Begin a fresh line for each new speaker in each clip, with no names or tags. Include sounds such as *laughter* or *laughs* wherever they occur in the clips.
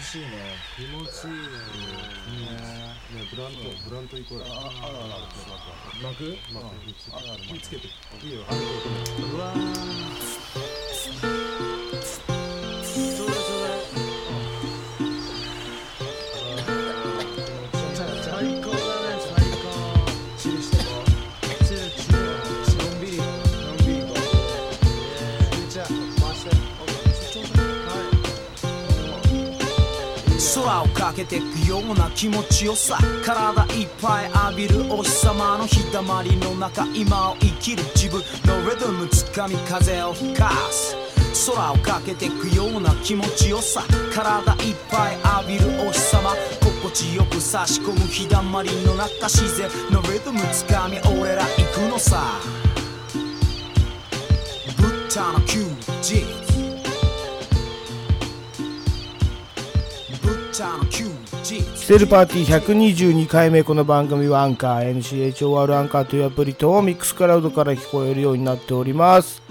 眩しいね
気持ちいいね
ねブラント、ブラント行こうよ。ああるある
巻く
まあ、あるある
火つけて
いいよ。ある
うわーちょうだいちょうだい最高だね最高
チルしてこ
チルチルのんびり
うのんびりと
じゃあ回してはい
空をかけてくような気持ちよさ体いっぱい浴びるお日様の日だまりの中今を生きる自分のリズムつかみ風を吹かす空をかけてくような気持ちよさ体いっぱい浴びるお日様心地よく差し込む日だまりの中自然のリズムつかみ俺ら行くのさブッダの休日ブッダの休日
キセルパーティー122回目この番組はアンカー NCHOR アンカーというアプリとミックスクラウドから聞こえるようになっております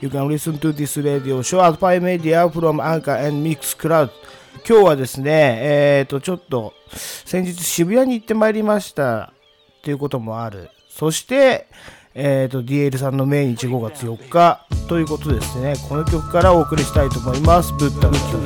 You can listen to this radio show at by media from Anchor and Mix Cloud 今日はですねえっ、ー、とちょっと先日渋谷に行ってまいりましたということもあるそしてえっ、ー、と DL さんの命日5月4日ということですねこの曲からお送りしたいと思いますブッダの曲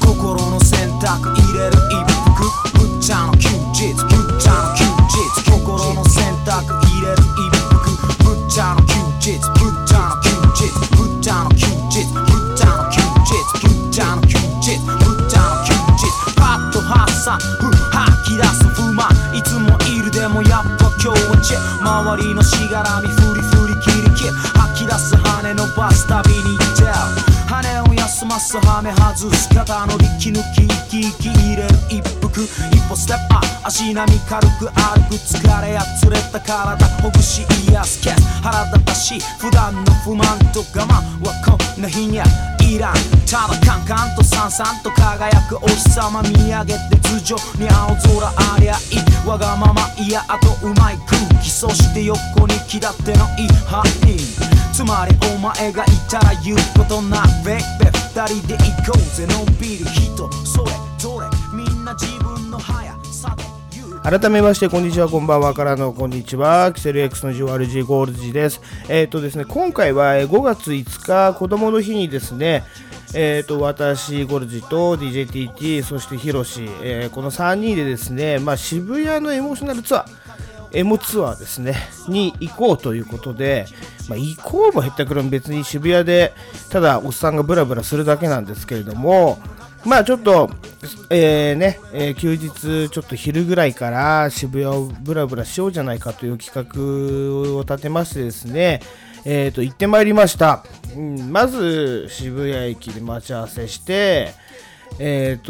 心の選択入れる一服ぶっちゃの休日ぶっちゃの休日心の選択入れる一服ぶっちゃの休日ぶっちゃの休日ぶっちゃの休日ぶっちゃの休日ぶっちゃの休日ぶっちゃの休日パッと発散ふ吐き出す不満いつもいるでもやっぱ今日はチェ周りのしがらみふりふり切り切り吐き出す羽伸ばす旅に行っちゃう羽を休ますはめ外す肩の力抜き息息入れる一服一歩ステップアップ足並み軽く歩く疲れやつれた体ほぐし癒すケース腹立たしい普段の不満と我慢はこんな日にはいらんただカンカンとさんさんと輝くお日様見上げて頭上に青空ありゃいいわがままいやあとうまい空気そして横に気立てのいいハッピーつまりお前がいたら言うことなべべ二人で行こうぜのんびり人それぞれみんな自分の速さで言う
改めましてこんにちはこんばんはからのこんにちはキセル X の GORG ゴールジですえっ、とですね今回はえー5月5日子供の日にですねえっ、と私ゴルジと DJTT そしてヒロシ、えーこの3人でですねまあ渋谷のエモーショナルツアーエモツアーですね、に行こうということで、まあ、行こうもへったくれも別に渋谷で、ただおっさんがブラブラするだけなんですけれども、まあちょっと、えーね、えー休日ちょっと昼ぐらいから渋谷をブラブラしようじゃないかという企画を立てましてですね、えーと、行ってまいりました。うん、まず渋谷駅で待ち合わせして、えー、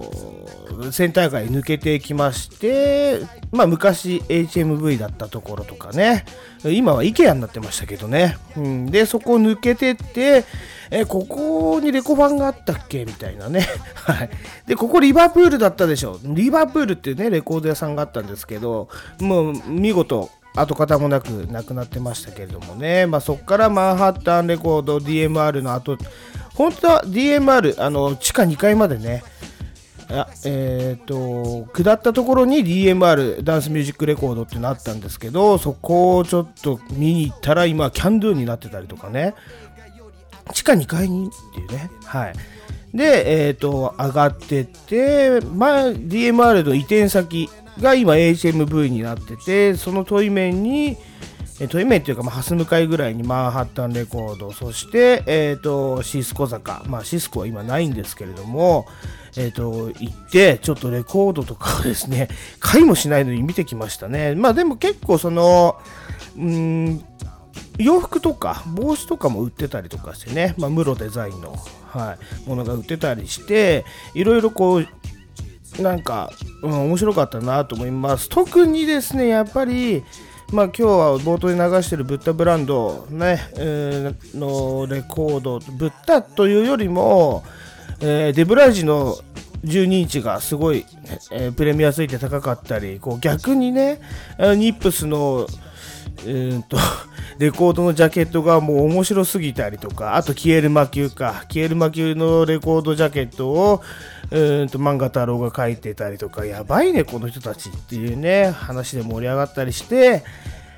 とセンター街抜けていきまして、まあ、昔 HMV だったところとかね今は IKEA になってましたけどね、うん、でそこを抜けてってえここにレコファンがあったっけみたいなね、 *laughs* はい、でここリバプールだったでしょリバプールっていうねレコード屋さんがあったんですけどもう見事跡形もなくなくなってましたけれどもね、まあ、そこからマンハッタンレコード DMR の後本当は DMR あの地下2階までねあえっ、と下ったところに DMR ダンスミュージックレコードってなったんですけどそこをちょっと見に行ったら今キャンドゥになってたりとかね地下2階にっていうねはいでえっ、と上がってって、まあ、DMR の移転先が今 HMV になっててその対面にえー、トイメイというか、まあ、ハス向かいぐらいにマンハッタンレコード、そして、えー、とシスコ坂、まあ、シスコは今ないんですけれども、えー、と行って、ちょっとレコードとかをですね、買いもしないのに見てきましたね。まあでも結構その、うーん、洋服とか帽子とかも売ってたりとかしてね、まあ、ムロデザインの、はい、ものが売ってたりして、いろいろこう、なんか、うん、面白かったなと思います。特にですね、やっぱり、まあ、今日は冒頭に流してるブッダブランド、ねえーのレコード、ブッダというよりも、えーデブライジの12インチがすごい、えープレミアついて高かったり、こう逆にね、あのニップスのうーんと *laughs* レコードのジャケットがもう面白すぎたりとかあと「消える魔球」か「消える魔球」のレコードジャケットをうーんと漫画太郎が書いてたりとかやばいねこの人たちっていうね話で盛り上がったりして、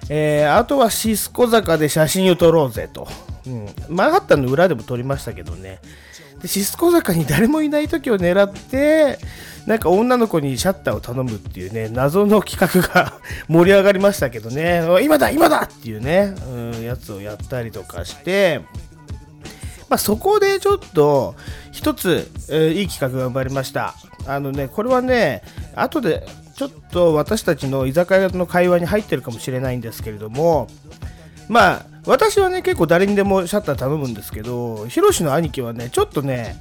えーあとはシスコ坂で写真を撮ろうぜと、うん、マンハッタンの裏でも撮りましたけどねでシスコ坂に誰もいない時を狙ってなんか女の子にシャッターを頼むっていうね謎の企画が *laughs* 盛り上がりましたけどねおい今だ今だっていうね、うん、やつをやったりとかして、まあ、そこでちょっと一つ、えーいい企画が生まれましたあのねこれはね後でちょっと私たちの居酒屋の会話に入ってるかもしれないんですけれどもまあ私はね結構誰にでもシャッター頼むんですけどヒロシの兄貴はねちょっとね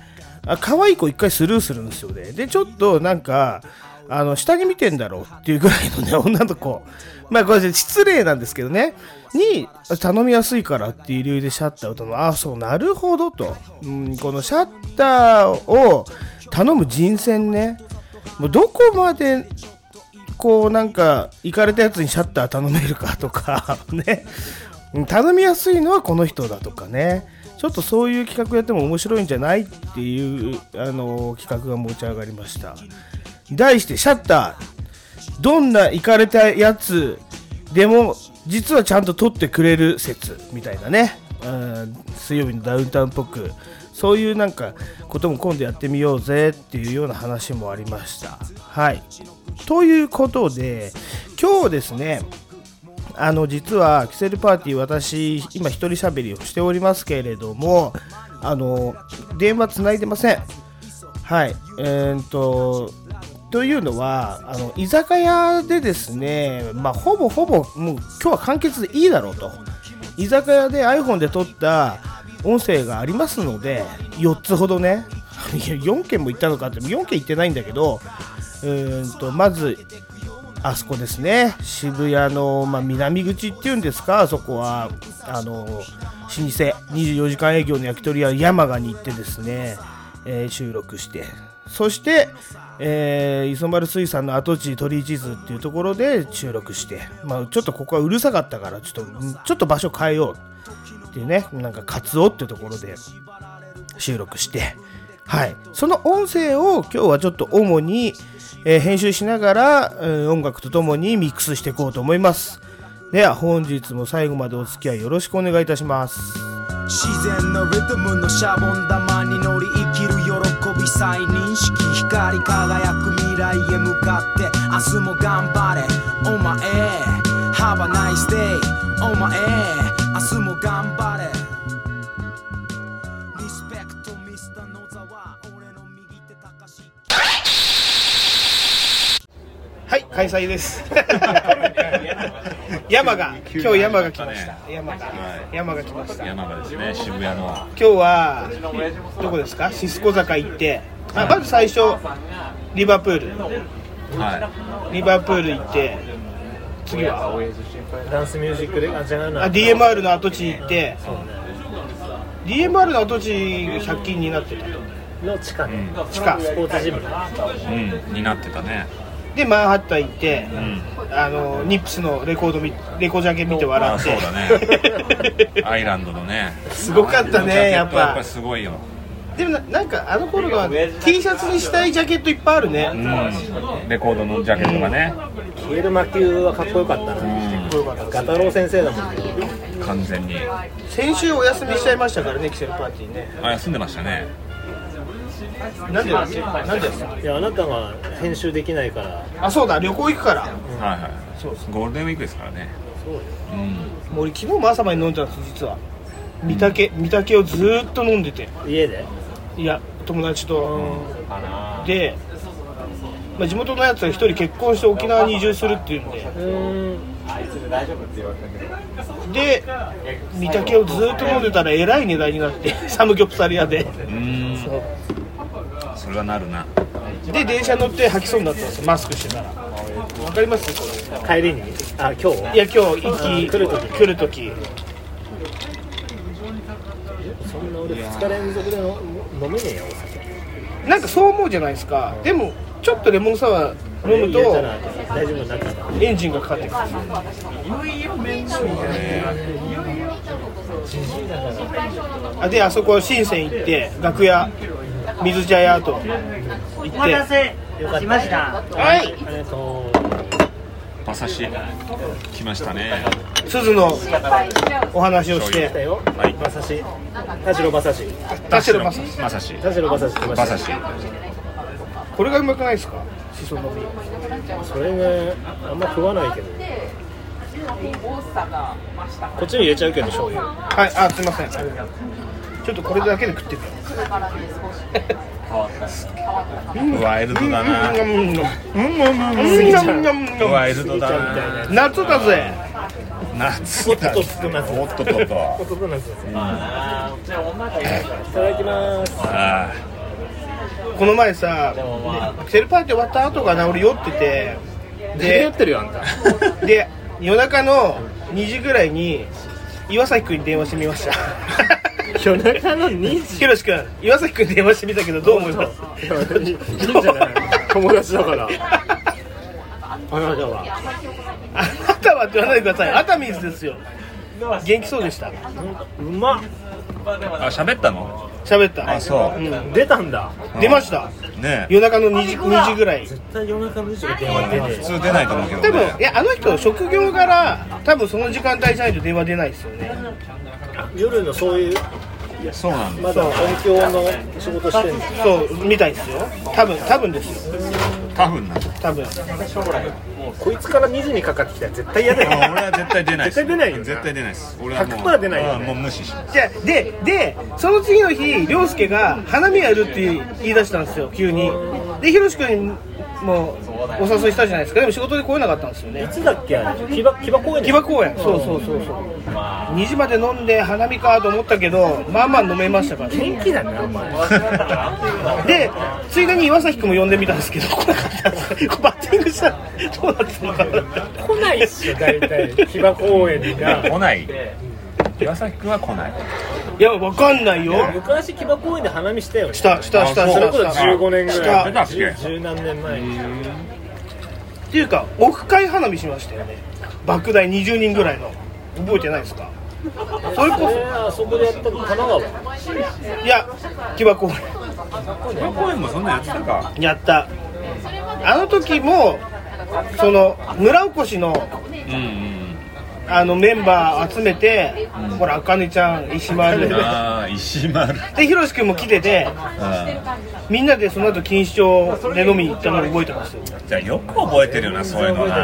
あ可愛い子一回スルーするんですよねでちょっとなんかあの下に見てんだろうっていうぐらいのね *laughs* 女の子まあこれ失礼なんですけどねに頼みやすいからっていう理由でシャッターを頼むああそうなるほどと、うん、このシャッターを頼む人選ねもうどこまでこうなんか行かれたやつにシャッター頼めるかとか *laughs* ねうん頼みやすいのはこの人だとかねちょっとそういう企画やっても面白いんじゃないっていうあの企画が持ち上がりました題してシャッターどんな行かれたやつでも実はちゃんと撮ってくれる説みたいなね、うん、水曜日のダウンタウンっぽくそういうなんかことも今度やってみようぜっていうような話もありましたはいということで今日ですねあの実はキセルパーティー私今一人喋りをしておりますけれどもあの電話つないでませんはいえーっとというのはあの居酒屋でですね、まあ、ほぼほぼもう今日は完結でいいだろうと居酒屋で iPhone で撮った音声がありますので4つほどね *laughs* いや4件も行ったのかって4件行ってないんだけどうーんとまずあそこですね渋谷の、まあ、南口っていうんですかあそこはあの老舗24時間営業の焼き鳥屋山賀に行ってですね、えー収録してそして、えー磯丸水産の跡地鳥居地図っていうところで収録して、まあ、ちょっとここはうるさかったからちょっとんちょっと場所変えようっていうねなんかカツオってところで収録して、はい、その音声を今日はちょっと主に、えー編集しながら、うん音楽とともにミックスしていこうと思いますでは本日も最後までお付き合いよろしくお願いいたします
自然のリズムのシャボン玉に乗り生きる喜び再認識光り輝く未来へ向かって明日も頑張れお前 Have a nice day お前明日も頑張れリスペクト Mr. 野沢俺の右手高し
はい開催です *laughs* 山が今日山が来ました山が山が来ました
山がですね渋谷の
今日はどこですかシスコ坂行って、あまず最初リバプール
は
リバプール行って次は
ダンスミュージックであ違う
あ
な
DMR の跡地行って DMR の跡地100均になってた
の地下ね
地下
スポーツジムね
い、うん、になってたね
でマンハッタン行って、
うん
あのニップスのレコード見レコードジャケ見て笑
あ
っ
そう
*laughs* て
だねアイランドのね
すごかったねやっ
ジャケットはやっ
ぱ
ぱすごいよ、
でもななんかあの頃は T シャツにしたいジャケットいっぱいあるね、
うん、レコードのジャケットがね、
消える魔球はかっこよかったなガタロウ先生だもんね
うん、完全に
先週お休みしちゃいましたからねキセルパーティーね
あ休んでましたね
なんでだっけなんでです
いやあなたが編集できないから
あそうだ旅行行くから
はいはい
そうです
ゴールデンウィークですからね
そうよ
うん
もう俺昨日も朝まで飲んでたんです実は御嶽御嶽をずーっと飲んでて
家で
いや友達と、で、まあ、地元のやつが一人結婚して沖縄に移住するっていうんでで御嶽をずーっと飲んでたらえらい値段になって *laughs* サムギョプサル屋で
うんそれはなるな
で電車乗って吐きそうになったんですよマスクしてたらわかりますこれ
帰りにあ今日
いや今日行き
来る時
来る時
そんな俺2日連続での飲めねえよお酒
なんかそう思うじゃないですかでもちょっとレモンサワー飲むと
大丈夫になってきた
エンジンがかかってくるあであそこ深セン行って楽屋水茶屋と行って
お待たせしました
はい
馬刺し来ましたね
鈴のお話をして
はい
馬刺し田代馬刺し
田代馬刺し
馬刺し
田代馬刺し来ま
馬
し
刺し
これがうまくないですかしその実
たそれねあんま食わないけどこっちに入れちゃうけど醤油
はいあすいませんちょっとこれだけで食ってみよ
ワイルドだな
ううんうんうん
ワイルドだな
夏だぜ
夏だ
おっとっと夏
おっとっとっと
いただきます
ああ
この前さ、ねセルパーティー終わった後かな俺酔っててで酔ってるよあんた *laughs* で夜中の2時ぐらいに岩崎君に電話してみました
夜中の2時
ひろし君岩崎君に電話してみたけどどう思います
いやいいんじゃない友達だからあなたは
あなたはって言わないでください熱海水ですよ元気そうでした
うまっ
あ喋ったの
喋った
あそううん
出たんだ
出ました
ねえ
夜中の2時 ,2 時ぐらい
絶対夜中の2時が電話出て
普通出ないと思うけど
多分
ね
いやあの人職業柄多分その時間帯じゃないと電話出ないですよね
夜のそういう
そうなんだ
まだ音響の仕事してる
そうみたいですよ多分多分ですよ
多分なんだ
*laughs* 多分
こいつから2時にかかってきたら絶対嫌だ
俺
よ
は絶対出ないです
絶対出ないよな
絶対出ないです俺はもう
100%出ないよね
うんもう無視します
じゃあででその次の日涼介が花見やるって言い出したんですよ急にでひろし君もお誘いしたじゃないですかでも仕事で来れなかったんですよね
いつだっけあれ木場木場公園
木場公園そうそうそうそう2時まで飲んで花見かと思ったけどまあまあ飲めましたから
元気だねお前
でついでに岩崎君も呼んでみたんですけど来なかったんですバッティングしたらどうなってたのかな
来ないっしょ大体木場公園が
来ない岩崎君は来ない
いやわかんないよ
昔木場公園で花見したよね
したしたした
あ
し
そう
それ
た
こそ
した
15年ぐ
あ
ら
出
い
たっけ
十何年前に
っていうかオフ会花見しましたよね莫大20人ぐらいの覚えてないですかそれこ
えーあそこでやったの神奈川
そいや木箱
岩公園もそんなやってたか
やったあの時もその村おこしの
うんうん
あのメンバー集めて、ほらあかねちゃん石丸
ああ石丸
でひろし君も来てて
あ
みんなでその後錦糸町で飲みに行ったのを覚えてますよ
ーじゃあよく覚えてるよなそういうのな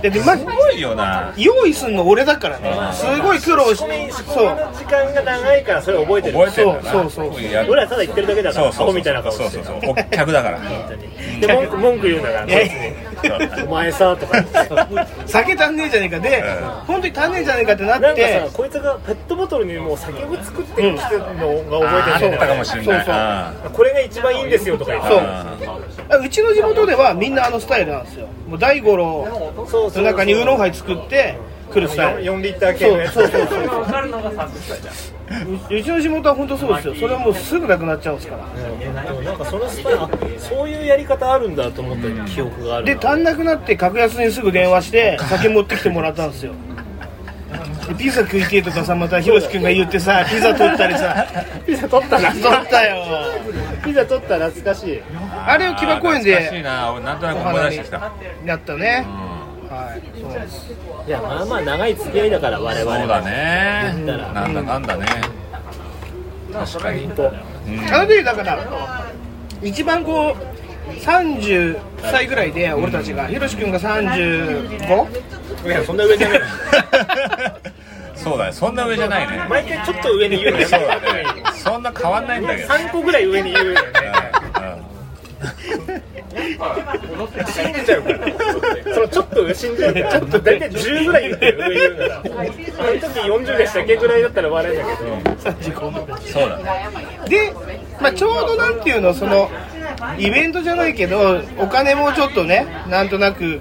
ででまず
すごいよな
用意すんの俺だからねすごい苦労しそ
こ
う
の時間が長いからそれ覚えてる
覚えてるよな
そうそうそう
や
俺らただ言ってるだけだか
そ
ら
うそうそ
アホ
う
みたいな顔
そう
して
そうそうお客だから
で文句文句言うんだから
いや
お前さと
*laughs*
か言って
酒足んねえじゃねえかで、
うん
本当に足んねえじゃねえかってな
なん
っ
か
て
さこいつがペットボトルにもう酒を作ってるのが覚え
あ
てる
ーあったかもし
そ
れない
うそう
あ
これが一番いいんですよとか言っ
ー
て
あー
あうちの地元ではみんなあのスタイルなんですよもう大五郎
そうそうそ
の
う
中にウーロンハイ作って来るスタイル
4リッター系
そう
のやつ
そうそうううちの地元は本当そうですよそれはもうすぐなくなっちゃうんですから
なんかそのスタイルあそういうやり方あるんだと思った記憶がある
で足んなくなって格安にすぐ電話して酒持ってきてもらったんですよでピザ食いてえとかさまたひろし君が言ってさピザ取った
*laughs*
りさ
ピザ取ったな
取ったよ
ピザ取った懐かしい
あれを木場公園
懐かしい
で
な俺なんとなく思い出してきた
やったね
うん
はいそうです
いやまあまあ長い付き合いだから我々
そうだね
言ったら
なんだなんだね確かに
あの時だから一番こう30歳ぐらいで俺たちがひろし君が 35?
いやそんな上じゃない
*laughs* そうだねそんな上じゃないね
毎回ちょっと上に言うの
そう
やめ
だ
て
ねそんな変わんないんだけど
3個ぐらい上に言うよね信じちゃうからそのちょっと信じちゃうからちょっと大体10ぐらい言ってる上言うならあの時40でしたっけぐらいだったら笑えだけど
うんそうだね
で、まあ、ちょうどなんていうのそのイベントじゃないけどお金もちょっとねなんとなく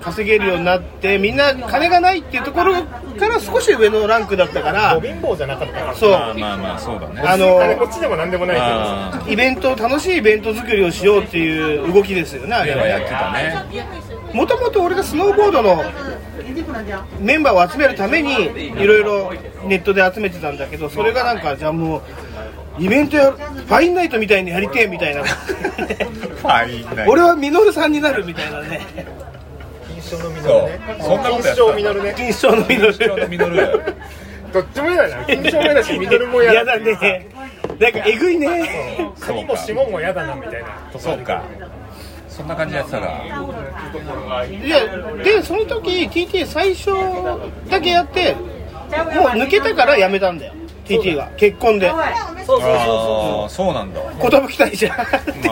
稼げるようになってみんな金がないっていうところから少し上のランクだったから
ド貧乏じゃなかったから
そう
まあまあまあそうだね
あ
金
の
持ちでもなんでもないけど
あ
イベント楽しいイベント作りをしようっていう動きですよねあれ
ーや
は
ってたね
もともと俺がスノーボードのメンバーを集めるためにいろいろネットで集めてたんだけどそれがなんかじゃあもうイベントやファインナイトみたいにやりてえみたいな
はいいんだよ
俺はミノルさんになるみたいなね
そうそんなことや
金
ってた
賞実るね
金賞のミノル
ミドル
どっちも嫌だな金賞も嫌だしミドルも嫌
やだねなんかえぐいね
髪も指紋も嫌だなみたいな
そうかそんな感じでやってたら
いやでその時 TT 最初だけやってもう抜けたからやめたんだよ TT が結婚で
ああそうなんだ
寿退社
ま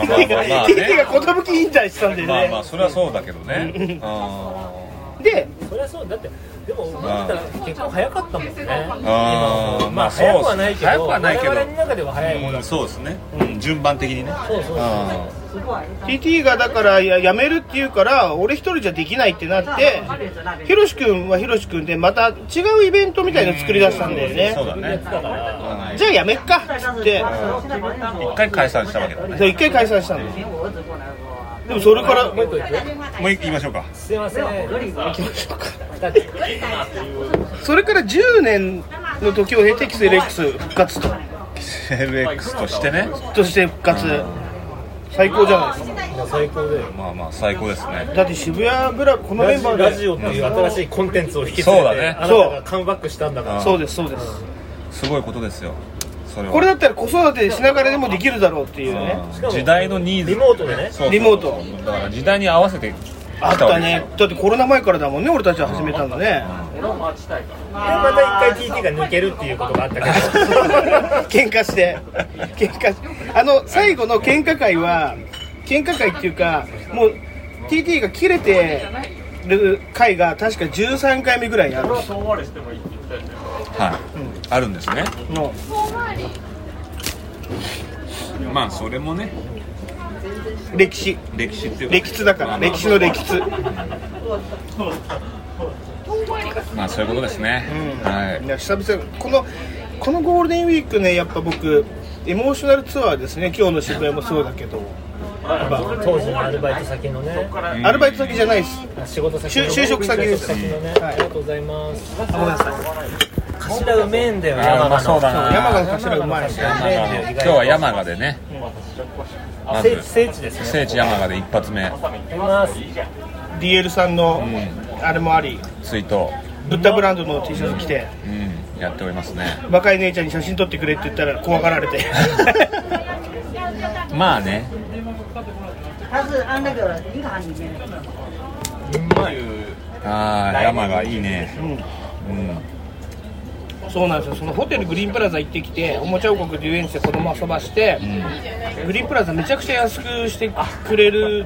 あまあまあまあね
TT が寿引退したんだよね、
まあまあそれはそうだけどねあ
で
そりゃそうだってでも思
ったら
結構早かったもんね
ーあーまあそうっすね早くはないけど
中では早
うんそうですねうん順番的にね
そうそう
あ
TT がだからや辞めるって言うから俺一人じゃできないってなってひろし君はひろし君でまた違うイベントみたいの作り出したんだよ
ーそう
ね
だねうん
じゃあやめっかっつって
一回解散したわけだね
そう一回解散したんだよでもそれから
もう一個いく
もう一回言いましょうか
すいません行きましょうか
それから10年の時を経てキセレックス復活と
LX としてね
として復活最高じゃないですか
最高だよ
まあまあ最高ですね
だって渋谷グラブこのメン
ラジ
バ
オ
ー
ラ
で
ジオっていう新しいコンテンツを引き継いで
そうだね
あなたがカムバックしたんだから
そうですそうです
すごいことですよそれは
これだったら子育てしながらでもできるだろうっていうね
うん時代のニーズ
リモートでね
そうそう
リモート
だから時代に合わせてき
あった
わ
た
けですよ
ねだってコロナ前からだもんね俺たちは始めたんだね
でまた一回 TT が抜けるっていうことがあったけ
喧嘩して喧嘩しあの最後の喧嘩会は喧嘩会っていうかもう TT が切れてる回が確か13回目ぐらいにある
はい、あるんですね
の
まあそれもね
歴史
歴史っていう
歴史だから歴史の歴史い
まあそういうことですね、はい
や久々このこのゴールデンウィークねやっぱ僕エモーショナルツアーですね今日の渋谷もそうだけど、
ど当時のアルバイト先のね
うん
アルバイト先じゃないです
あ仕事先の
就就職先です
就職先のね
うん
あ
はい
りがとうございますごめんなさい頭うめえんだよ山
ま
鹿
あそうだな
山鹿の頭うまい
山鹿で今日は山鹿でねま
聖地
ず
聖地ですね
聖地山鹿で一発目、
行きます
DL さんの
うん、
あれもあり
追悼、
ブッダブランドの T シャツ着て
うん、やっておりますね
若い姉ちゃんに写真撮ってくれって言ったら怖がられ *laughs* て
まあね
他是按那个银行里面的。
ああ山がいいねうん
そうなんですよそのホテルグリーンプラザ行ってきておもちゃ王国で遊園地で子供遊ばして、グリーンプラザめちゃくちゃ安くしてくれる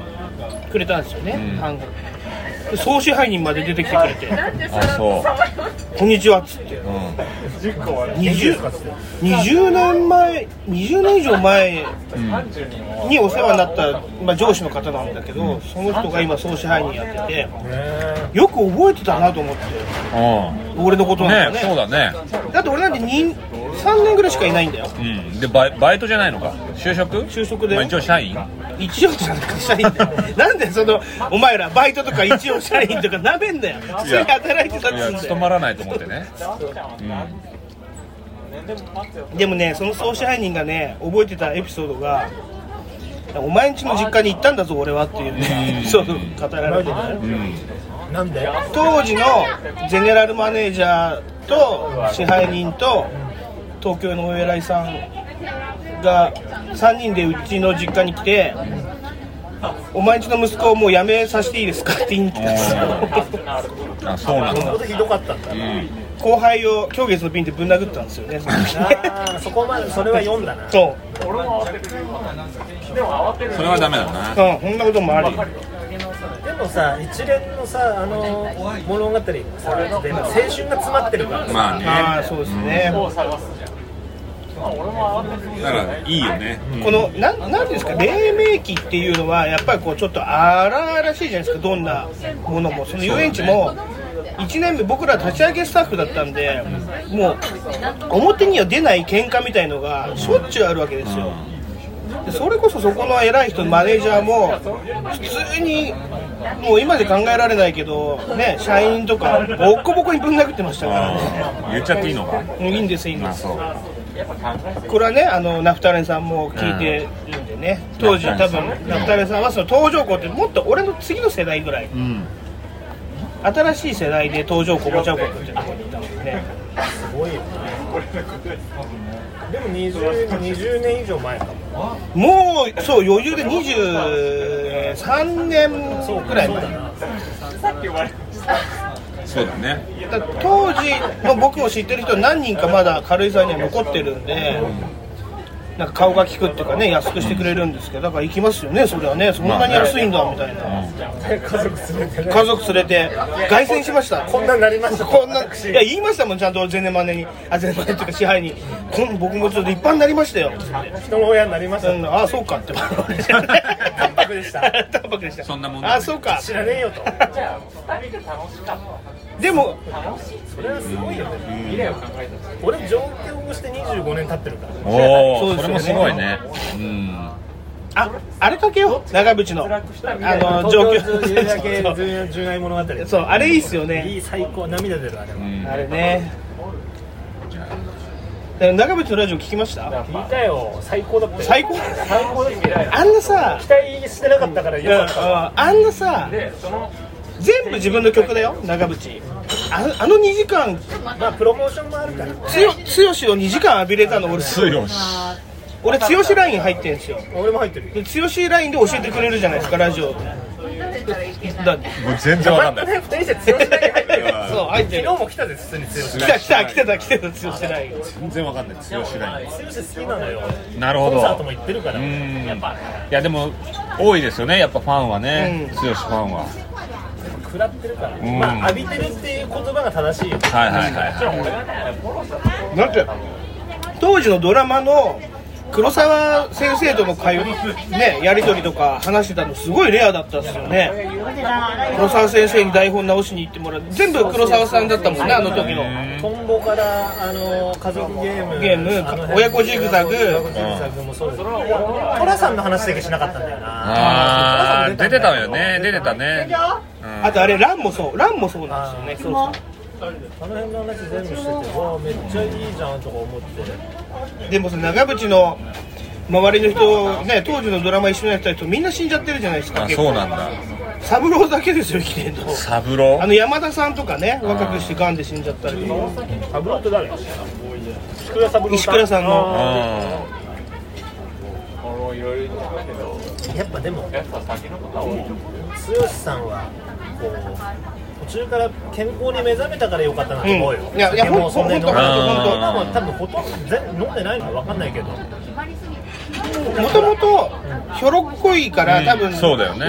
くれたんですよね、半額で総支配人まで出てきてくれて
あそ
「こんにちは」っつって
う、うん、
20, 20年前20年以上前にお世話になった、まあ、上司の方なんだけど、その人が今総支配人やっててよく覚えてたなと思って
う
俺のこと
ん
なんだ
ね
よ
そう
ね
だね
だって俺なんてに3年ぐらいしかいないんだよ
うんでバイバイトじゃないのか就職
就職で
まあ、一応社員
一応じゃなくて社員だ
*laughs*
よなんでそのお前らバイトとか一応社員とかなめんだよ普通に働いてたっ
い
つう
や
んだ
務ま
よ
らないと思ってね、うん、
でもねその総支配人がね覚えてたエピソードがお前んちの実家に行ったんだぞ俺はっていうね
うん
そう語られてる
うん、
なんで
当時のゼネラルマネージャーと支配人と東京のお偉いさんが3人でうちの実家に来て「お前んちの息子をもう辞めさせていいですか?」って言いに来たんですよ
あそうなんだ、
本当ひどかったんだ
うん、
後輩を狂月の瓶でぶん殴ったんですよねその
*laughs*
時ね
あーそこまでそれは読んだな
そう
それはダメだな
うんこんなこともあり
でもさ一連のさあの物語にさでも青春が詰まってるからさ
まあね
ああそうですね
だからいいよね、
このなんなんていうんですか黎明期っていうのはやっぱりこうちょっと荒々しいじゃないですかどんなものもその遊園地も1年目僕ら立ち上げスタッフだったんでもう表には出ない喧嘩みたいのがしょっちゅうあるわけですよでそれこそそこの偉い人マネージャーも普通にもう今で考えられないけどね社員とかボッコボコにぶん殴ってましたからね
うん言っちゃっていいのか
もういいんですいいん
ま
で
あ
す
そう
これはねあのナフタレンさんも聞いてるんでね、当時
ナフ
多
タ
分
レンさん
ナフタレンさんはその登場校ってもっと俺の次の世代ぐらい、新しい世代で登場校おばちゃん校っていうのがいたもんね
でも 20, 20年以上前かも
もうそう余裕で23年くらい前
そうだね
だから当時の僕を知ってる人何人かまだ軽井沢には残ってるんでなんか顔が利くっていうかね安くしてくれるんですけどだから行きますよねそれはねそんなに安いんだみたいな、家族連れて凱旋しましたこ
こんなになりました
こんないや言いましたもんちゃんとゼネマネにあゼネマネっていうか支配にこん僕もちょっと一般になりましたよ、
人の親になりまし
う
た
ん、ああそうかって淡
白でした
*laughs* 淡白でした
そんなもんだ
ああそうか
知らねえよと
でも
それはすごいよね未来を考えたら俺上京して25年経ってるから
お
そ
お
うで
そ
す
れ
よね
もすごいねうん
ああれかけよう長渕のあの上
東
京
京ズだけ
そう
純愛物語
そうあれいいっすよね
いい最高涙出るあれは
うん
あれねだから長渕のラジオ聞きました
聞いたよ最高だったよ
最高
最高だ未来
あんなさ
期待してなかったから
いや
よかった
ああんなさ全部自分の曲だよ長渕あのあの2時間
まあプロモーションもあるから
つよ剛しを2時間浴びれたの俺
強い
俺剛しライン入ってるんですよ
俺も入ってるよ
で剛しラインで教えてくれるじゃないですかラジオ *laughs* だ
もう全然わかんない
2人して強しだけ入ってるよ
そう入ってる
昨日も来たぜ普通に強し
来た来た来てた来てた剛しライン
全然わかんない強しない
強し好きなのよ
なる
コ
ほ
ンサート
ど
も行ってるから
うん
やっぱ
いやでも多いですよねやっぱファンはね
うん
強しファンは
食らってるから
ん
まあ浴びてるっていう言葉が正しいよ
はいはいはいはい
だって当時のドラマの黒沢先生との会話ねやり取りとか話してたのすごいレアだったっすよね黒沢先生に台本直しに行ってもらう全部黒沢さんだったもんねあの時の
トンボからあの家族ゲーム
ゲーム
あの
親子ジグザグ
親子ジグザグもそうです寅さんの話だけしなかったんだよな
あー出てたよね出てたねうん
あとあれランもそうランもそうなんですよね黒
あの辺の話全部しててわあめっちゃいいじゃんとか思って
沢でもさ長渕の周りの人ね当時のドラマ一緒にやってた人みんな死んじゃってるじゃないですか
あ
結
そう
構
なんだ
サブローだけですよ生きてんの
サブロ
あの山田さんとかね若くしてガンで死んじゃったりとか
サブローって誰石倉三郎
石倉さんの
う
やっぱでも剛さんはこう途中から健康に目覚めたから良かったなと思うよ、
うんいやいや
でもそんなに飲んで
ほん
とほんとほんと
今は多分ほとんど全飲んでないのか分かんないけど
もともとひょろっこいから、
うん
多分
そうだよね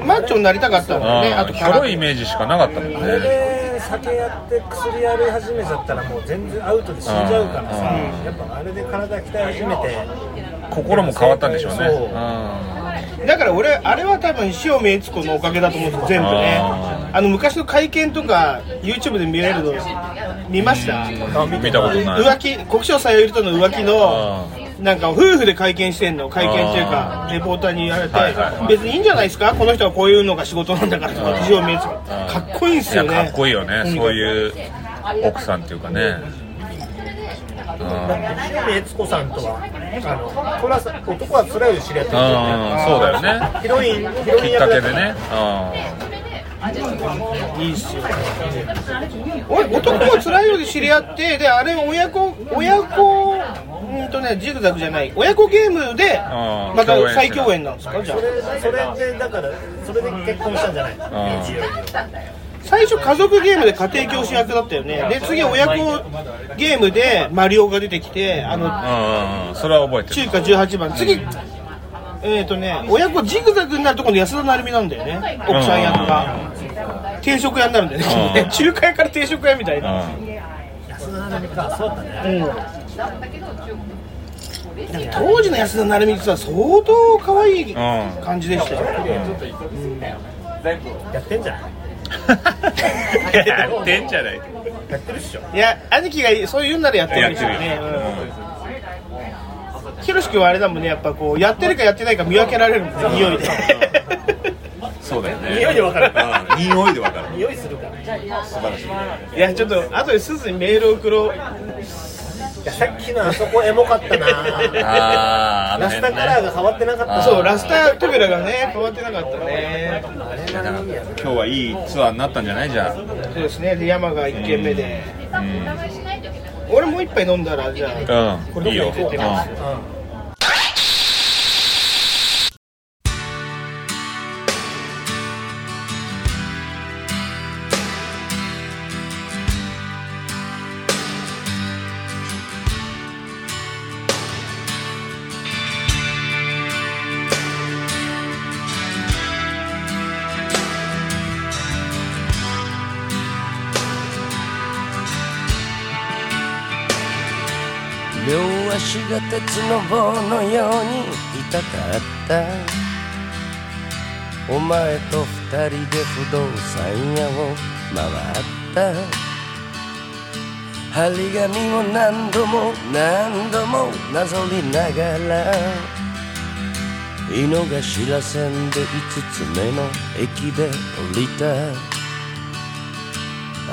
まマッチョになりたかったもんねあと
ん
キ
ひ
ャ
ょ
ラ
ろいイメージしかなかったもん
あれ
ね
で酒やって薬やり始めちゃったらもう全然アウトで死んじゃうからさ
う
やっぱあれで体鍛え始めて
心も変わったんでしょうね
そう
うん
だから俺あれは多分塩見悦子のおかげだと思うんですよ全部ね
あ
あの昔の会見とか YouTube で見れるの見ました
見たことない
浮気国生さゆりとの浮気の
うん
なんか夫婦で会見してんの会見っていうかレポーターに言われて、
はいはいはい
別にいいんじゃないですかこの人はこういうのが仕事なんだからとか塩見悦子かっこいいんすよね
やかっこいいよね
ん
そういう奥さんっていうかねうん
悦子さんとはあのトラさん男は辛いよ知り合ってるん
うんそうだよね
ヒロインヒロ
き
イン
っかけ
役だった
でね
いいっすよお男は辛いようで知り合ってであれ親子親子うんとねジグザグじゃない親子ゲームで
あー
また
共演して
再共演なんですかじゃあ
それそれでだからそれで結婚したんじゃない
ん
一応
最初家族ゲームで家庭教師役だったよねで次親子ゲームでマリオが出てきてあの
うんうんそれは覚えて
中
る
華18番次えっ、ー、とね親子ジグザグになるとこの安田成美なんだよね奥さん役が定食屋になるんだよ
う
ね
ん
*laughs* 中華屋から定食屋みたいな
うん
安田成美かそうだったね
うんなんか当時の安田成美さん相当可愛い
うん
感じでしたよ
やってんじゃない
やってんじゃない
やってるっしょ
いや兄貴がそう言うんならやってる
や
ん
っ
で
て
すよ
る
ね
よ、
ひろし君はあれだもんねやっぱこうやってるかやってないか見分けられるもんね匂いで
うんそうだよね
匂いでわかる
うん匂いでわかる
匂いするからい
*laughs* いやちょっと後ですずにメール送ろう
やさっきのあそこエモかった
*laughs*
な
あああの
ラス
辺ね
タカラーが変わってなかった
そうラスタ扉がね変わってなかったね
いやだから今日はいいツアーになったんじゃないじゃ
そうですねで山が1軒目で
あ
俺もう一杯飲んだらじゃあ
うん、うん、いいよ、うん
両足が鉄の棒のように痛かったお前と二人で不動産屋を回った張り紙を何度も何度もなぞりながら井の頭線で5つ目の駅で降りた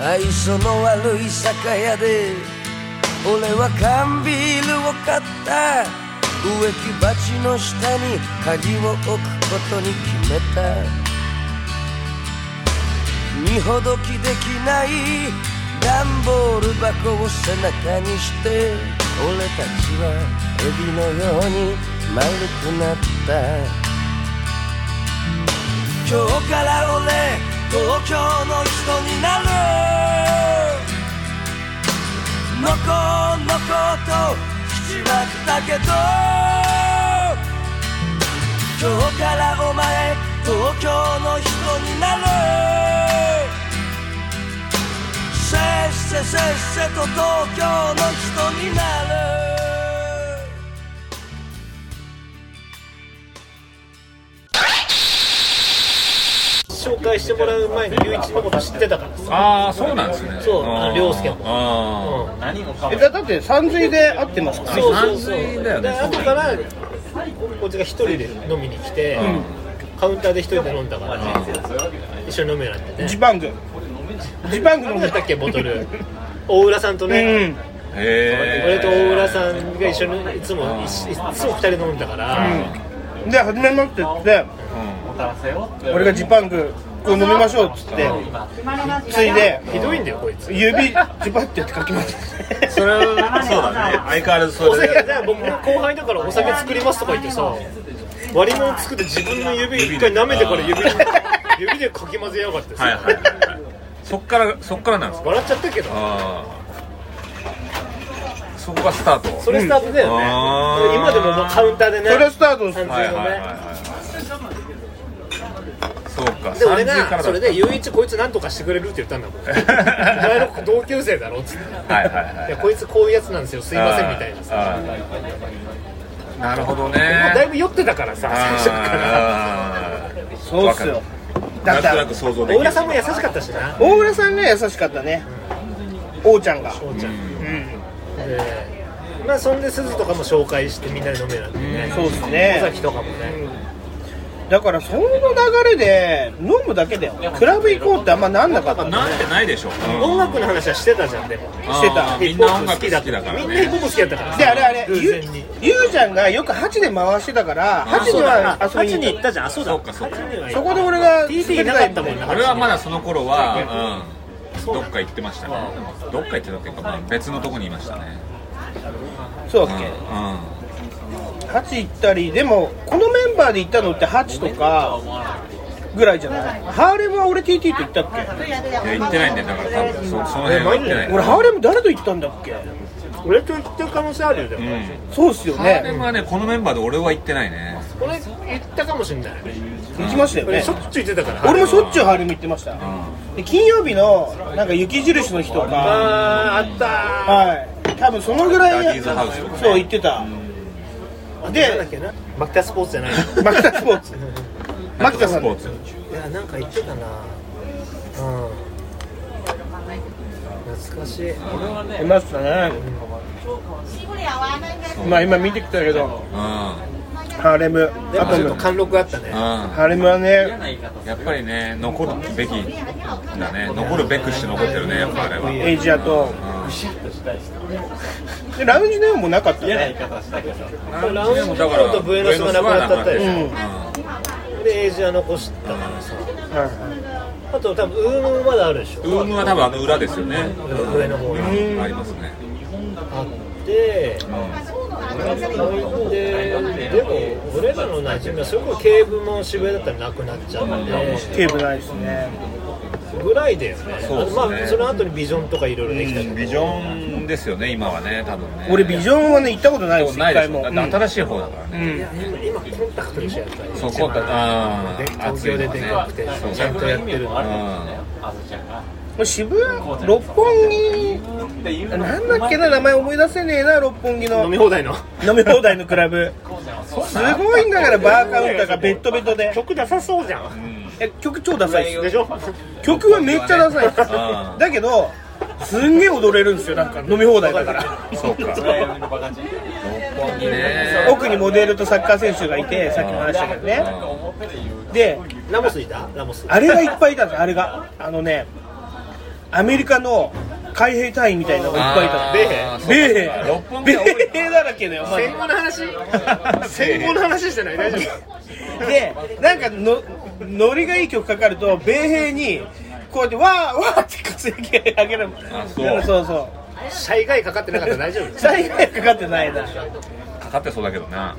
愛想の悪い酒屋で俺は缶ビールを買った植木鉢の下に鍵を置くことに決めた見ほどきできない段ボール箱を背中にして俺たちはエビのように丸くなった今日から俺東京の人になるのこのことしちまったけど今日からお前東京の人になるせっせせっせと東京の人になる
紹介してもらう前に龍一のこと知ってたからさ
ああそうなんですね
そうあ
ん
凌介も
あ
えだだって山水で会ってますから
そうそう
淡
そう
水だよね
で後からこいつが一人で飲みに来て、カウンターで一人で飲んだから、一緒に飲むようになってね
ジバングジバング飲
何
んで
だったたっけボトル大浦さんと
う
ね、
ん
あへえ
俺と大浦さんが一緒にいつもいついつも二人で飲んだから、
で初めましてっつって俺がジパングこれ飲みましょうっつってついで
ひどいんだよこいつ
指ジパってやって書きま
*laughs*
した
それはそうだね相変わらずそ
お
れ
酒
で
だから僕後輩だからお酒作りますとか言ってさ割り物作って自分の指一回舐めてから指指でかき混ぜやがってさ、
はいはいはいそっからそっからなんですか
笑っちゃったけど
ああそこがスタート
それスタートだよね、
うん
今でももうカウンターでね
それスタートです
三
はいは
水
い
の
はいはい
ね
はいそうか
で俺
30からだ
がそれで「ゆういちこいつなんとかしてくれる」って言ったん
*laughs*
だもんお前の同級生だろっつって
はいはいはい
いやこいつこういうやつなんですよすいません」みたいなさ
あーなるほどね
もうだいぶ酔ってたからさ最初から
あー
そうっすよ
な
だ
ん
っ
となく
て
想像で
大
きる
浦さんも優しかったしな
大浦さんが優しかったね王ちゃんが
おうちゃんでまあそんで鈴とかも紹介してみんなで飲めるんだよね
そうです
尾
ね
崎とかもね
だからその流れで飲むだけだよクラブ行こうってあんまなんなかったんだ
なんてないでしょうん
音楽の話はしてたじゃんでも
してた
あーみんな音楽好きだから
みんなヒッ
ね
プホップ好きだったからさ
であれあれ
偶
ゆ
然に
ゆうちゃんがよく8で回してたから
あ
8には遊びに行った
じゃんあそうだ
そうかそうか
八には行った
そこで俺が
TT いなかったもんな
俺はまだその頃は、うん、どっか行ってましたねどっか行ってたっていうか、まあ、別のとこにいましたね
そう
う
だ
ん
っけ
うん
8行ったりでもこのメンバーで行ったのって8とかぐらいじゃないハーレムは俺 TT と行ったっけ
いや行ってないんだよだから多分そその辺は行ってない
俺ハーレム誰と行ったんだっけ
俺と行ってる可能性あるよで
う
も
ん
そうっすよ
ハーレ
ね
ムはねこのメンバーで俺は行ってないね
俺行ったかもしれない
行きましたよ
俺
ね
しょっちゅう行ってたから
俺もしょっちゅうハーレム行ってましたで金曜日のなんか雪印の日とか
あーあった
は
ー
い多分そのぐら
ダ
い
ディーズハウスとかね
そう行ってたで
なんだっけなマキタスポーツじゃない
マキタスポーツマキタさ
ス
ん
ポーツ
いやなんか言ってたなうん懐かしい
いましたねまあ今見てきたけど
うん
ハーレム
で
ア
も
ト
ちょ
ム
っと貫禄あったね
う
ハーレムはね
んやっぱりね残るべきだね残るべくして残ってるねやっぱあれは
エイジアとでラウンジネオもなかったね
ラウンジでもだから
ラウンジとブエノスがなくなっちゃったでしょ
うん
でエイジア残したからさ
は
あと多分ウームもまだあるでしょ
ウームは多分あの裏ですよね
上の方
うんありますね
あってででも俺らの馴染みはそれこそ警部も渋谷だったらなくなっちゃって
いケーブないですね
ぐらいだよね
そうですね
あとまあその後にビジョンとかいろいろできたけど、
ビジョンですよね今はね多分ね
俺ビジョンはね行ったことないです一
ないで
回
しょ
もう
だっ
ん
て新しい方だからね
うん
今コンタクトでしょやっぱり
そこだあ
で
ー熱
東
い
京
の
で
は
で
ね
かくて
そう
ちゃんとやってるの
う
もう渋谷六本木なんだっけな名前思い出せねえな六本木の
飲み放題の
飲み放題のクラ
*laughs*
ブすごいんだからバーカウンターがベッドベッドで
曲ダサそうじゃん
ん
え曲超ダサいです
でしょ
曲はめっちゃダサいです
うん
だけどすんげえ踊れるんですよなんか飲み放題だから
そうか六本木ね
奥にモデルとサッカー選手がいてさっきの話だけどねで
ラモスいたラモス
あれがいっぱいいたんですあれがあのねアメリカの海兵隊員みたいなのがいっぱいいたの
米
米兵
六本木は多い
米兵だらけだよマジで
戦後の話
*laughs*
戦後の話してない大丈
でなんかのノリがいい曲かかると米兵にこうやってわーわーって稼ぎ上げる
あそう
そうそう
夫 *laughs* シャイガイかかってなかったら大丈夫
災害かかってないな
かかってそうだけどな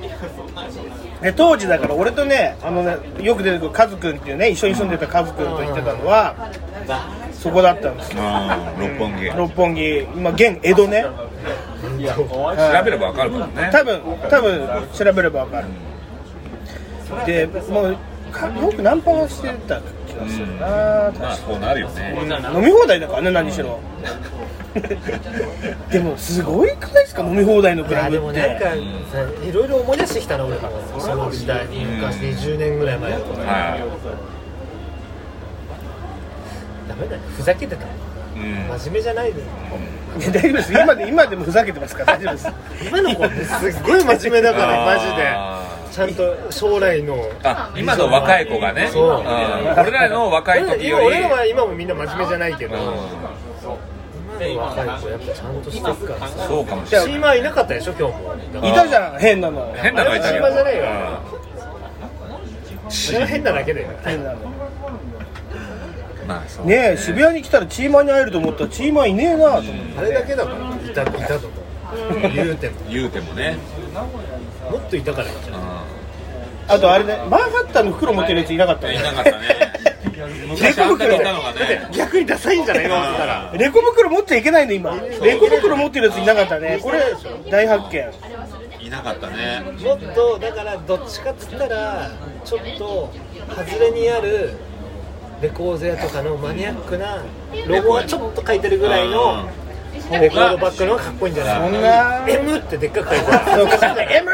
で当時だから俺とねあのねよく出てくるカズくんっていうね一緒に住んでたカズくんと行ってたのはそこだったんですよ
うん六本木
六本木今現江戸ね
調べればわかるからね
多分多分調べれば分かるでもうかよくナンパはしてた気がするな
まあそうなるよね
飲み放題だからね何しろ *laughs* でもすごいくないですか飲み放題のク
い
ラ
や
ブ
で
っ
もなん
て
かさいろいろ思い出してきたな俺からその時代に昔20年ぐらい前だとか
は
ダメだねふざけてた
いうん
真面目じゃないで
いや大丈夫です今で今でもふざけてますから大丈夫です
今の子ってすっごい真面目だからマジで
あー
ちゃんと将来の
あ今の若い子がね
そうん
俺らの若い時
今
より
俺らは今もみんな真面目じゃないけど
う
今の若い子やっぱちゃんとしてるから
んそうかもしれない
シーマーいなかったでしょ今日もだか
いたじゃん変なの
変なのがいたけど
あれは島じゃないわら知ら変なだけだよ
変なの
うんまあそう
ねえ渋谷に来たらチーマンに会えると思ったらチーマンいねえなと思って
あれだけだからいたいたと思う言うても
言うてもね
もっといたからじゃん
う
あとあれねマンハッタンの袋持ってるやついなかった
ん
ね
いなかったね
*laughs*
昔あんだけいたのがね
逆にダサいんじゃない今思ったら
レコ袋持っちゃいけないの今レコ袋持ってるやついなかったねこれ大発見
いなかったね
もっとだからどっちかっつったらちょっと外れにあるレコード屋とかのマニアックなロゴがちょっと書いてるぐらいのレコードバッグの方がかっこいいんじゃ
そん
ない
な
M ってでっかく書いてあ
そうか
る
M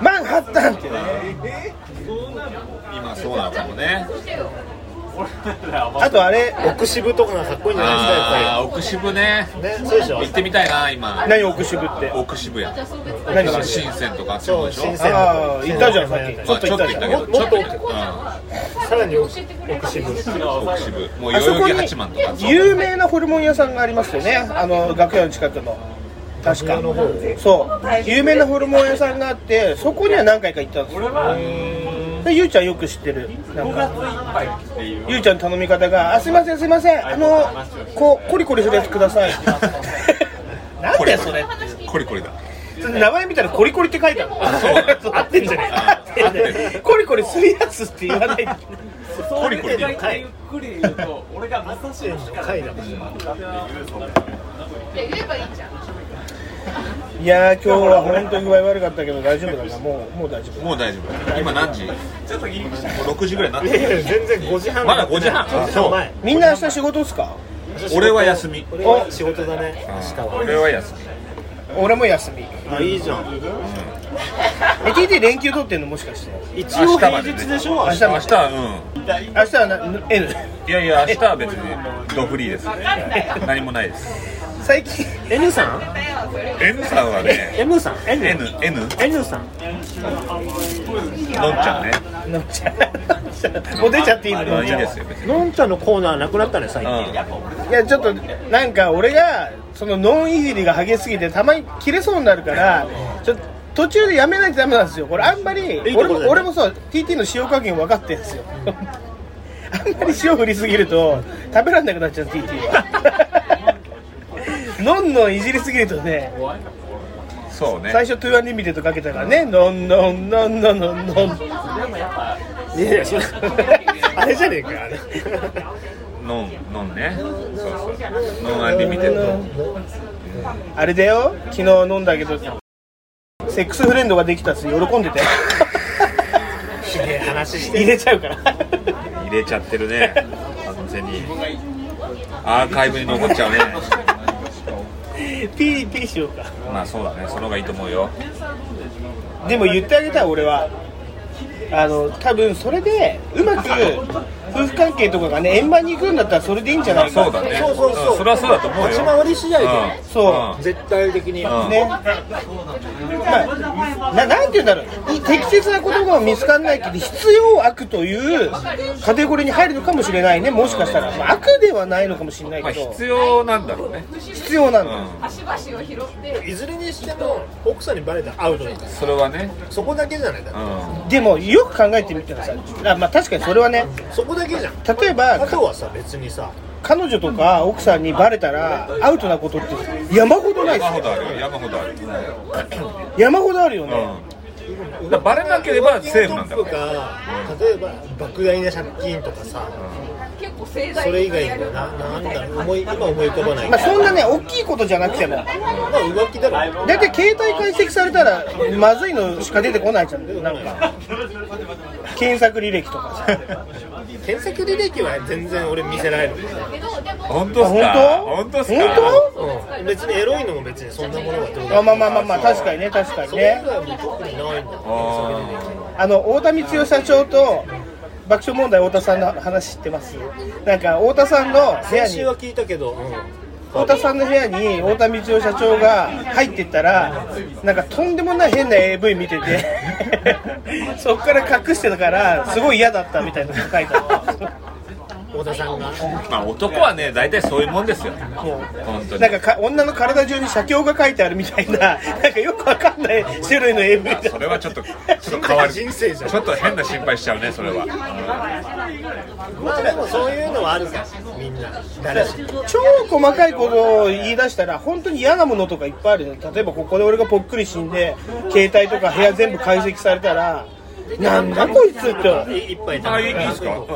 マンハッタンってね
今そうなのかもね
あとあれ
奥渋とかがかっこいいんじゃ
ああ
な
奥渋ね
いですかやっぱりねそうでしょ
行ってみたいな今
何奥渋って
奥渋谷だ
何
か
そ
ら
れ
深センとかあっちの方
そう
でしょ
新鮮
ああいたじゃんさっきちょ
まあ
っといたじゃん
ちょっと行ったけど
もっと
ちょっと行っ
さらに奥渋
たうん奥渋もう
あ
代
そ
々
こ
木
に
八幡とか
有名なホルモン屋さんがありますよねあの楽屋の近くの確か
の方で
そう有名なホルモン屋さんがあってそこには何回か行ったんですよでゆうちゃんよく知ってるなんかゆうちゃんの頼み方が「あすいませんすいませんあのこうコリコリするやつくだ *laughs* さい」なんだよそれ
コリコリだ
名前見たらコリコリって書いてある *laughs*
合ってんじゃね
合ってる
コリコリするやつって言わない
コリコリ
えかゆっくり言うと俺が武蔵園の回だもん
いやー今日は本当に具合悪かったけど大丈夫だなもうもう大丈夫
もう大丈夫今何時ちょっともう6時ぐらいになって
いや
る
全然5時半
まだ5時半
5時半前
みんな明日仕事っすか
俺は休み
俺は仕事だね明日は
俺は休み
俺も休み
あいいじゃん
え TT 連休取ってんのもしかして
一
明
応
日
平
までね
日でしょ明
明
日
日
明
も
日は
明日はな N
うんいやいや明日は別にドフリーです何もないです
最近 *laughs*
N さん
N さんはね
M さん N
N N のんち
N さん
ゃんね
飲んちゃうもう出ちゃっていいの
ま
飲ん
あい
ち
い
ゃう
ですよ別に
のんちゃんのコーナーなくなったね最
う
近
ん
いやちょっとなんか俺がそのノンいじりが激しすぎてたまに切れそうになるからちょっと途中でやめないとダメなんですよこれあんまり
い
俺
とこ
も
だよね
俺もそう TT の塩加減分かってるんですよ *laughs* あんまり塩振りすぎると食べられなくなっちゃう *laughs* TT はのんのんいじりすぎるとね
そうね
最初トゥーアンリミテッドかけたからねのんのんのんのんのんのん
いやいやそれ
*laughs* あれじゃねえかあれ
ノンノンねそうそうノンアンリミテッド
あれだよ昨日飲んだけどセックスフレンドができたっつって喜んでたよ
話して
入れちゃうから
入れちゃってるね完全にアーカイブに残っちゃうね
ピーピーしようか
まあそうだねその方がいいと思うよ
でも言ってあげたい俺はあの多分それでうまく夫婦関係とかがね円満にいくんだったらそれでいいんじゃ
ま
な
あ
いか
そうだね
そうそうそうん
それはそうだと思うよ
立ち回り次第で
うん
そ
絶対的に
うん
ね、まあ、ななんて言うんだろうい適切な言葉を見つからないけど必要悪というカテゴリーに入るのかもしれないねもしかしたら、まあ、悪ではないのかもしれない
まあ
けど
必要なんだろうね
必要なん
う
だよ
ん
いずれにしても奥さんにバレたらアウトなんです
それはね
そこだけじゃないだ
う
ろ
ん
でもよく考えてみてくださいあまあ確かにそれはね
そこだけじゃん
例えば
あとはさ別にさ
彼女とか奥さんにバレたらアウトなことって山ほどないで
山
す
ほ
よ
どあるよ山ほどある
山ほどあるよね、
うんだからバレなければセーフなんだ
ト
か
ップ
ら
か例えば莫大な借金とかさそれ以外にはななんだろう思い今思い浮かばない
まあ、そんなね大きいことじゃなくても
まあ浮気だろ
大体携帯解析されたらまずいのしか出てこないじゃんなんか検索履歴とかさ
検索履歴は全然俺見せられる
本当っすか
本
本当
当
っすか
本
うん別にエロいのも別にそんなものはどう
当
だ
あまあまあまあまあ確かにね確かに
それ
ね
以外はもう特にないんだ
あ
あの太田光代社長と爆笑問題太田さんの話知ってますなんか太田さんの部屋に
先週は聞いたけど、うん
太田さんの部屋に太田光代社長が入ってったらなんかとんでもない変な AV 見てて *laughs* そっから隠してたからすごい嫌だったみたいなの書いてあった
太田さんが
まあ男はね大体そういうもんですよ本当に
なんかか女の体中に写経が書いてあるみたいな *laughs* なんかよくわかんない種類の AV だ
それはちょっとちょっと変わる
人生じゃん
ちょっと変な心配しちゃうねそれは
まあでもそういうのはあるからみんな誰しも
超細かいことを言い出したら本当に嫌なものとかいっぱいあるよ例えばここで俺がぽっくり死んで携帯とか部屋全部解析されたらなんだこいつって
い一杯食べ
あいいですか、うん、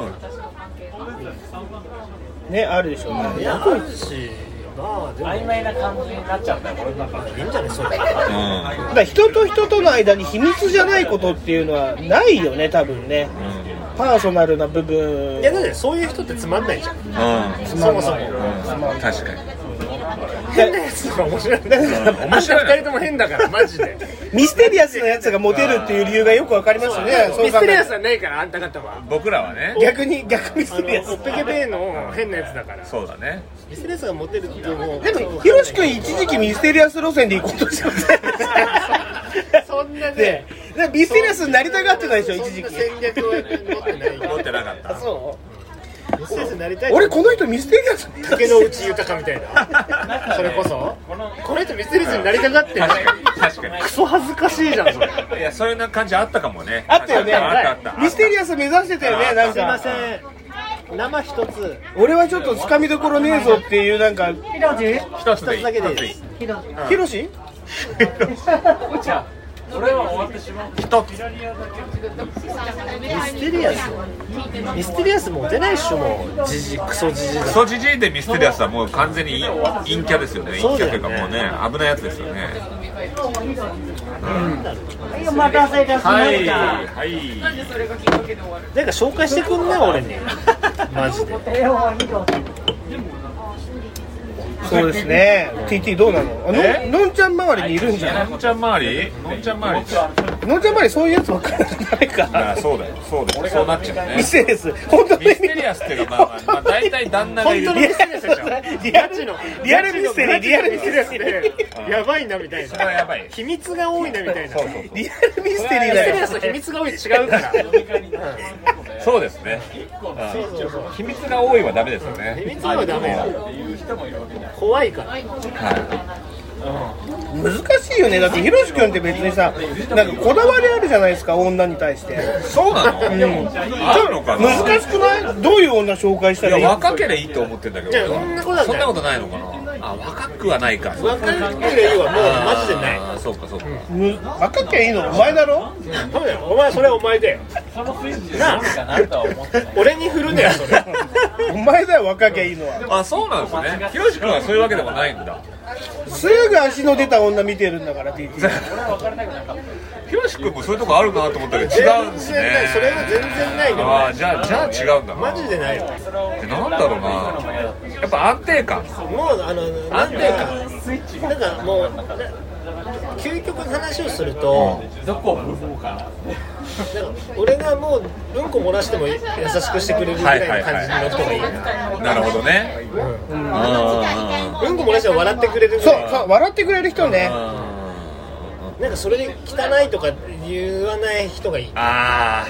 ねあるでしょ
いやあるしまあでも曖昧な感じになっちゃうんだよ俺の中でいいんじゃないそれ
だから人と人との間に秘密じゃないことっていうのはないよね多分ねパーソナルな部分
いやだってそういう人ってつまんな
*laughs*
いじゃん
う
そもそも
ん、うん、確かに
変なやつが面白いだから
面白い
あんた二人とも変だからマジで
ミステリアスなやつがモテるっていう理由がよくわかりますよねそう
ミ
考
ス
える
テリ
と
アスはないからあんた方は
僕らはね
逆に逆ミス
あ
テリア
のお
ス
っぺけべーの変なやつだから
そうだね
ミステリアスがモテるっていうもう
でもひろし君一時期ミステリアス路線で行こうとしてませんで *laughs* した
*laughs* そんなね
ねえミステリアスになりたがってたでしょ一時期
そんな戦略は持ってない
持ってなかった
そう
ミステリアスになりたい
俺この人ミステリアスにな
竹の内豊かみたいなそれこそこの人ミステリアスになりたがってる
確かに
クソ恥ずかしいじゃんそれ
いやそういう感じあったかもね
あったよね
あったあったあった
ミステリアス目指してたよねなん
すいま
か
せん生一つ
俺はちょっとつかみどころねえぞっていうなんか
ひろじ
一つでいい
一つだけでいい
一つで
ひ
いい
ろじ
ひろし
ミステリアスミステリアスも出ないっしょもうじじクソじじだ
クソじじいでミステリアスはもう完全に陰キャですよね陰キ
そう
ャ
だ
とい
よね
うかもうね危ないやつですよね
はいお待たせいたしま
はい
した
はい
なんか紹介してくんな俺にマジで
えーおいいよ
そうです
*laughs*
ね TT どうなのあ
え
ののんちゃん周りにいるんじゃない
のんちゃん周りのんちゃん周り
のんちゃん周りそういうやつばっかりじゃないか
あそうだよそうだよそうなっちゃうね
ミステリアス本当に
ミステリアスっていうかまあまあまあ大体旦那がいる
本当のミステリアスでしょ
リアルのリアルミステリーリアルミステリアス
でやばいなみたい
それは
な
やばい
秘密が多いなみたいなミ
リアルミステリー
ス
だ
テリ
よ
アスと秘密が多い違うから
そうですねうん秘密が多いはダメですよね
秘密が多いはダメだ怖いから
は
難しいよねだってひろし君って別にさなんかこだわりあるじゃないですか女に対して
いそうなのあるのかな
難しくないどういう女紹介したらい
い
い
や若ければいいと思ってんだけど
いや
俺は
そんなことはない
そんなことないのかなあ若くはないか
若ければいいわもうマジでない
あーそうかそうか
む若きゃいいのお前だろ
そうだよお前それはお前だよなあ俺に振るねよそれ
お前だよ若きゃいいのは
あそうなんですねひろし君はそういうわけでもないんだ
すぐ足の出た女見てるんだから TT
*laughs* ひろし君もそういうとこあるなと思ったけど違うんです
全然な
ね
いそれは全然ないの
ああじゃあじゃあ違うんだな
マジでないよ
でなんだろうなやっぱ安定感
もうあのな
安
んて
定
いう
感
かなんかもうな究極の話をすると、なんか俺がもううんこ漏らしても優しくしてくれるぐらいの感じに乗った方がいい
な
な、
るほどねあ
うんこ漏らしても笑ってくれるぐ
そ
らいう
そう笑ってくれる人ね
なんかそれで汚いとか言わない人がいい
あ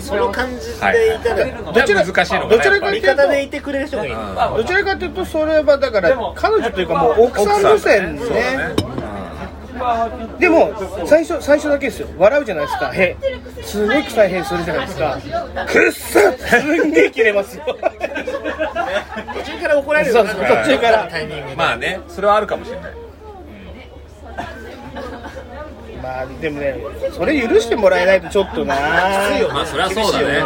その感じでいたら、
ーどちら難しいのかな
どちらか
やっぱり
味方でいてくれる人がいい、
うん
どちらかというとそれはだから彼女というかもう奥さん
だ
路線
そうだ
ねでも最初最初だけですよ笑うじゃないですかへすごい臭いへするじゃないですかくっさすんげえ切れますよ
途中から怒られる
そうそう途中から
タイミングで
まあねそれはあるかもしれない
まあでもねそれ許してもらえないとちょっとな
きついよ
まあそりゃそうだね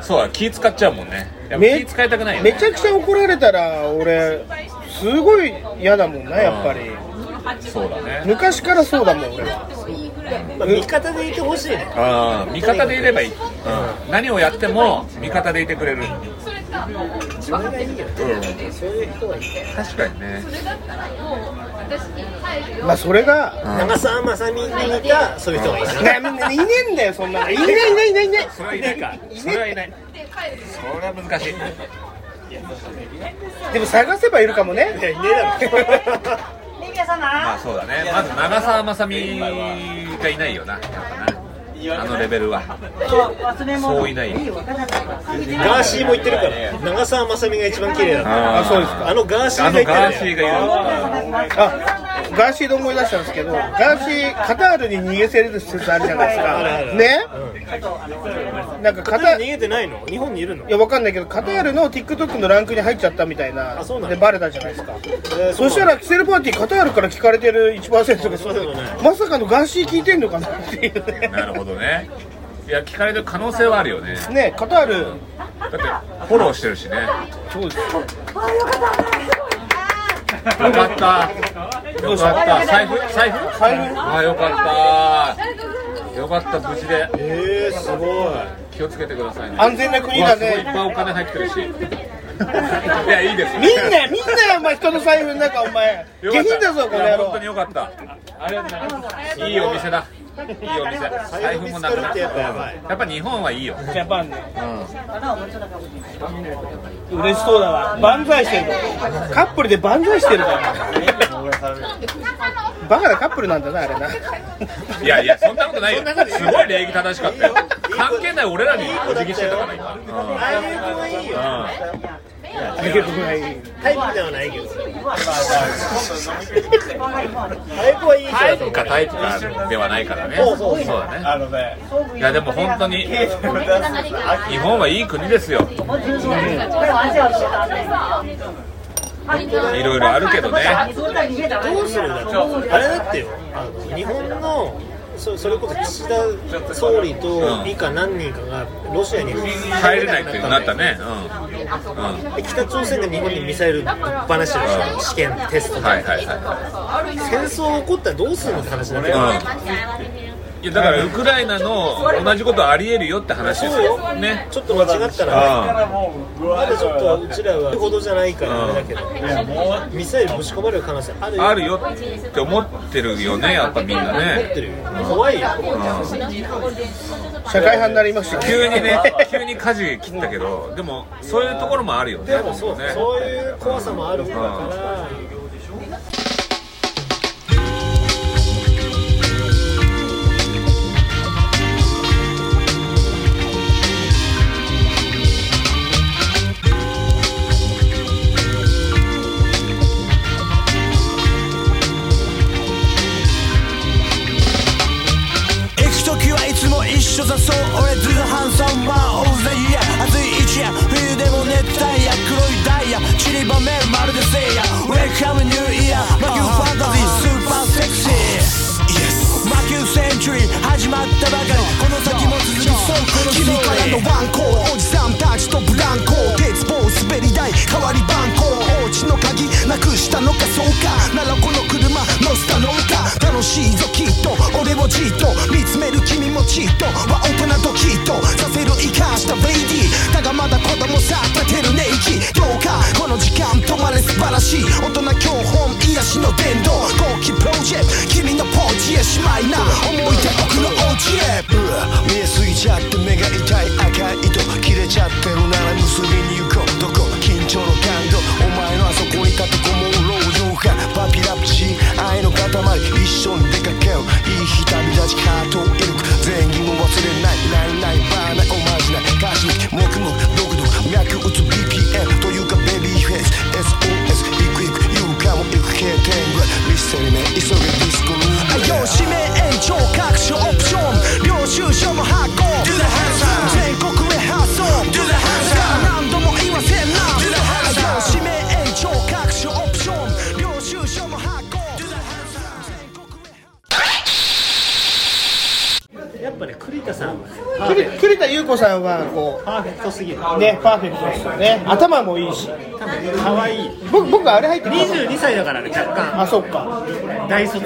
そうだ気使っちゃうもんねやっぱ気使いたくないよね
めちゃくちゃ怒られたら俺すごい嫌だもんなやっぱり
そうだね
昔からそうだもん俺は
まあ味方でいてほしいね
ああ味方でいればいい、うん、何をやっても味方でいてくれる
自分がいいよ、そういう人がいい
確かにね
まあそれが
長澤まさみに似たそういう人がいい
なないねえんだよそんなのいないいないいないいない
それはいないかそれはいないそれは難しい
でも探せばいるかもね
いねえだろ
皆
まあ
様
そうだねまず長澤まさみがいないよなやっぱなあのレベルは
忘れ物
そういないよ
ガーシーも言ってるから長澤まさみが一番綺麗だって
あ
そうですか
あのガーシー
あ
が
の
言って
ガーシー
るね
がいる
あガーシーで思い出したんですけどガーシーカタールに逃げせれる説あるじゃないです
あるあ
か
る
ねなんかカタ
逃げてないの日本にいるの
いやわかんないけどカタールの TikTok のランクに入っちゃったみたいな
あそうなの
でバレたじゃないですか
えー
そしたらキセルパーティーカタールから聞かれてる1%が
そうでもない
まさかのガーシー聞いてんのかなっていうね
なるほどねいや聞かれてる可能性はあるよね
ねカタール
だってフォローしてるしね
そうです
よかったよかった財布財布
財布
ああよかったよかった無事で
えー、すごい
気をつけてくださいね
安全な国
うわ
だ
すごいいっぱ
ね
いお金入ってるしいやいいです
みんなみんなお前人の財布の中お前
よ
下
かった
品だぞこの
いや
野
本当に
郎
よかったありがとうございますいいお店だいいお店財布もなくなっ
ってて
や
や
っ
っ
ぱ
ぱやばい
日本はいいよ
ジャパンね嬉しそうだわ万歳してるのカップルで万歳してるからバカなカップルなんだなあれない
やいやそんなことないよすごい礼儀正しかったよ関係ない俺らにお辞儀してたから今
ああいう子はいいよ
うんうん
ありがとうございます
タイプではないけどタイプはいい人
タイ
だと
プ
思う
かタイプかではないからね
そうそう
そうだねいやでも本当に日本はいい国ですよいろいろあるけどね
どうするんだろうあれだってよあの日本のそそれこそ岸田総理と以下何人かがロシアに
帰れないっていうのになったねうん、うん、
で北朝鮮が日本にミサイルぶっ放してる
う
し
ん
試験テストで、
はいはいはい
戦争起こったらどうするのって話になってくる
うんいやだからウクライナの同じことありえるよって話ですよ
そうよ
ね
ちょっと間違ったらねまだちょっとうちらはほどじゃないからあれだけどミサイルぶち込まれる可能性あるよ
あるよって思ってるよねやっぱみんな
思って
ね
るよ怖いよ
社会派になりましたね
急にね急に舵切ったけどでもそういうところもあるよね
でもそう
ね
そういう怖さもあるから
行く時はいつも一緒だそう俺ズルハンサンマンオーズデイヤー暑い一夜冬でも熱帯夜黒いダイヤ散りばめるまるで聖夜ウェルカムニューイヤー魔球ファンタジースーパーセクシー魔球センチュリー始まったばかりこの先も続きそうこの
君からのワンコーおじさんたちとブランコ鉄棒滑り台代わり番号お家の鍵なくしたのかそうかならこの車乗せたのか楽しいぞきっと俺をじっと見つめる君もじっとは大人ときっとさせる生かしたベイディーだがまだ子供さ立てる寝息どうかこの時間止まれ素晴らしい大人教本癒しの伝道後期プロジェクト君のポーチへしまいな思い出奥のお家へ
うわ見えすぎちゃって目が痛い赤い糸切れちゃってるなら結びに行こうどこ緊張の感動お前のあそこに立てこもう老女かパピラプチ愛の塊一緒に出かけよういい日旅立ちハートを得る前儀も忘れないないないバーないおまじない歌詞に黙々ドクドク脈打つ BPM というかベビーフェイス SOS 行く行く言うかも行く経験ぐらいリステリメ急げディスコルームへ
用紙名延長各種オプション領収書も発行 Do the hands up 全国へ発送 Do the hands up 何度も言わせんな Do the hands up 用紙名延長各種オプション領収書も発行 Do the hands up
やっぱね栗田さん
栗栗田優子さんはこう
パーフェクトすぎる
ねパーフェクトですよね頭もいいし
可愛いい
僕僕あれ入ってます
22歳だからね若干
あそっか
大卒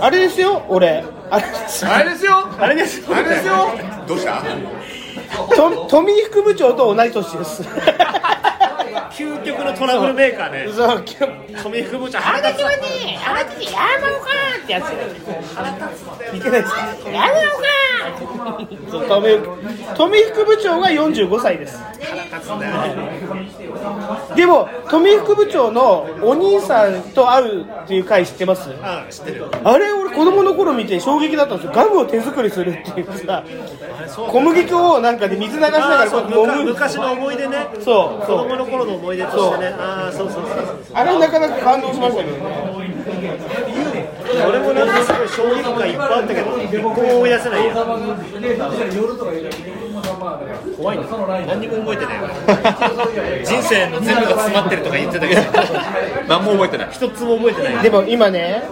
あれですよ俺あれです
あれですよあれですあれですよ
どうした
と富井副部長と同い年 *laughs* です
究極のトラブルメーカーね
そう
富井久保ちゃん
あな
腹
た
立つ
はね、あなたにやめようかなってやつよ。
いけないですか
やめようか
そう富井富井副部長が45歳ですでも富井副部長のお兄さんと会うっていう回知ってます
あ知ってる
あれ俺子供の頃見て衝撃だったんですよガムを手作りするっていうさ小麦粉をなんかで水流しながら
あー
こ
そうう
やって揉む
むか昔の思い出ね
そう
子
そう
供の頃の思い出としてねああそうそうそう
あれなかなか感動しましたけどね
俺もなんかすごい衝撃感いっぱいあったけど一個も思い出せないや怖いね何にも覚えてないよ人生の全部が詰まってるとか言って *laughs* たけど
何も覚えてない
一つも覚えてない
でも今ね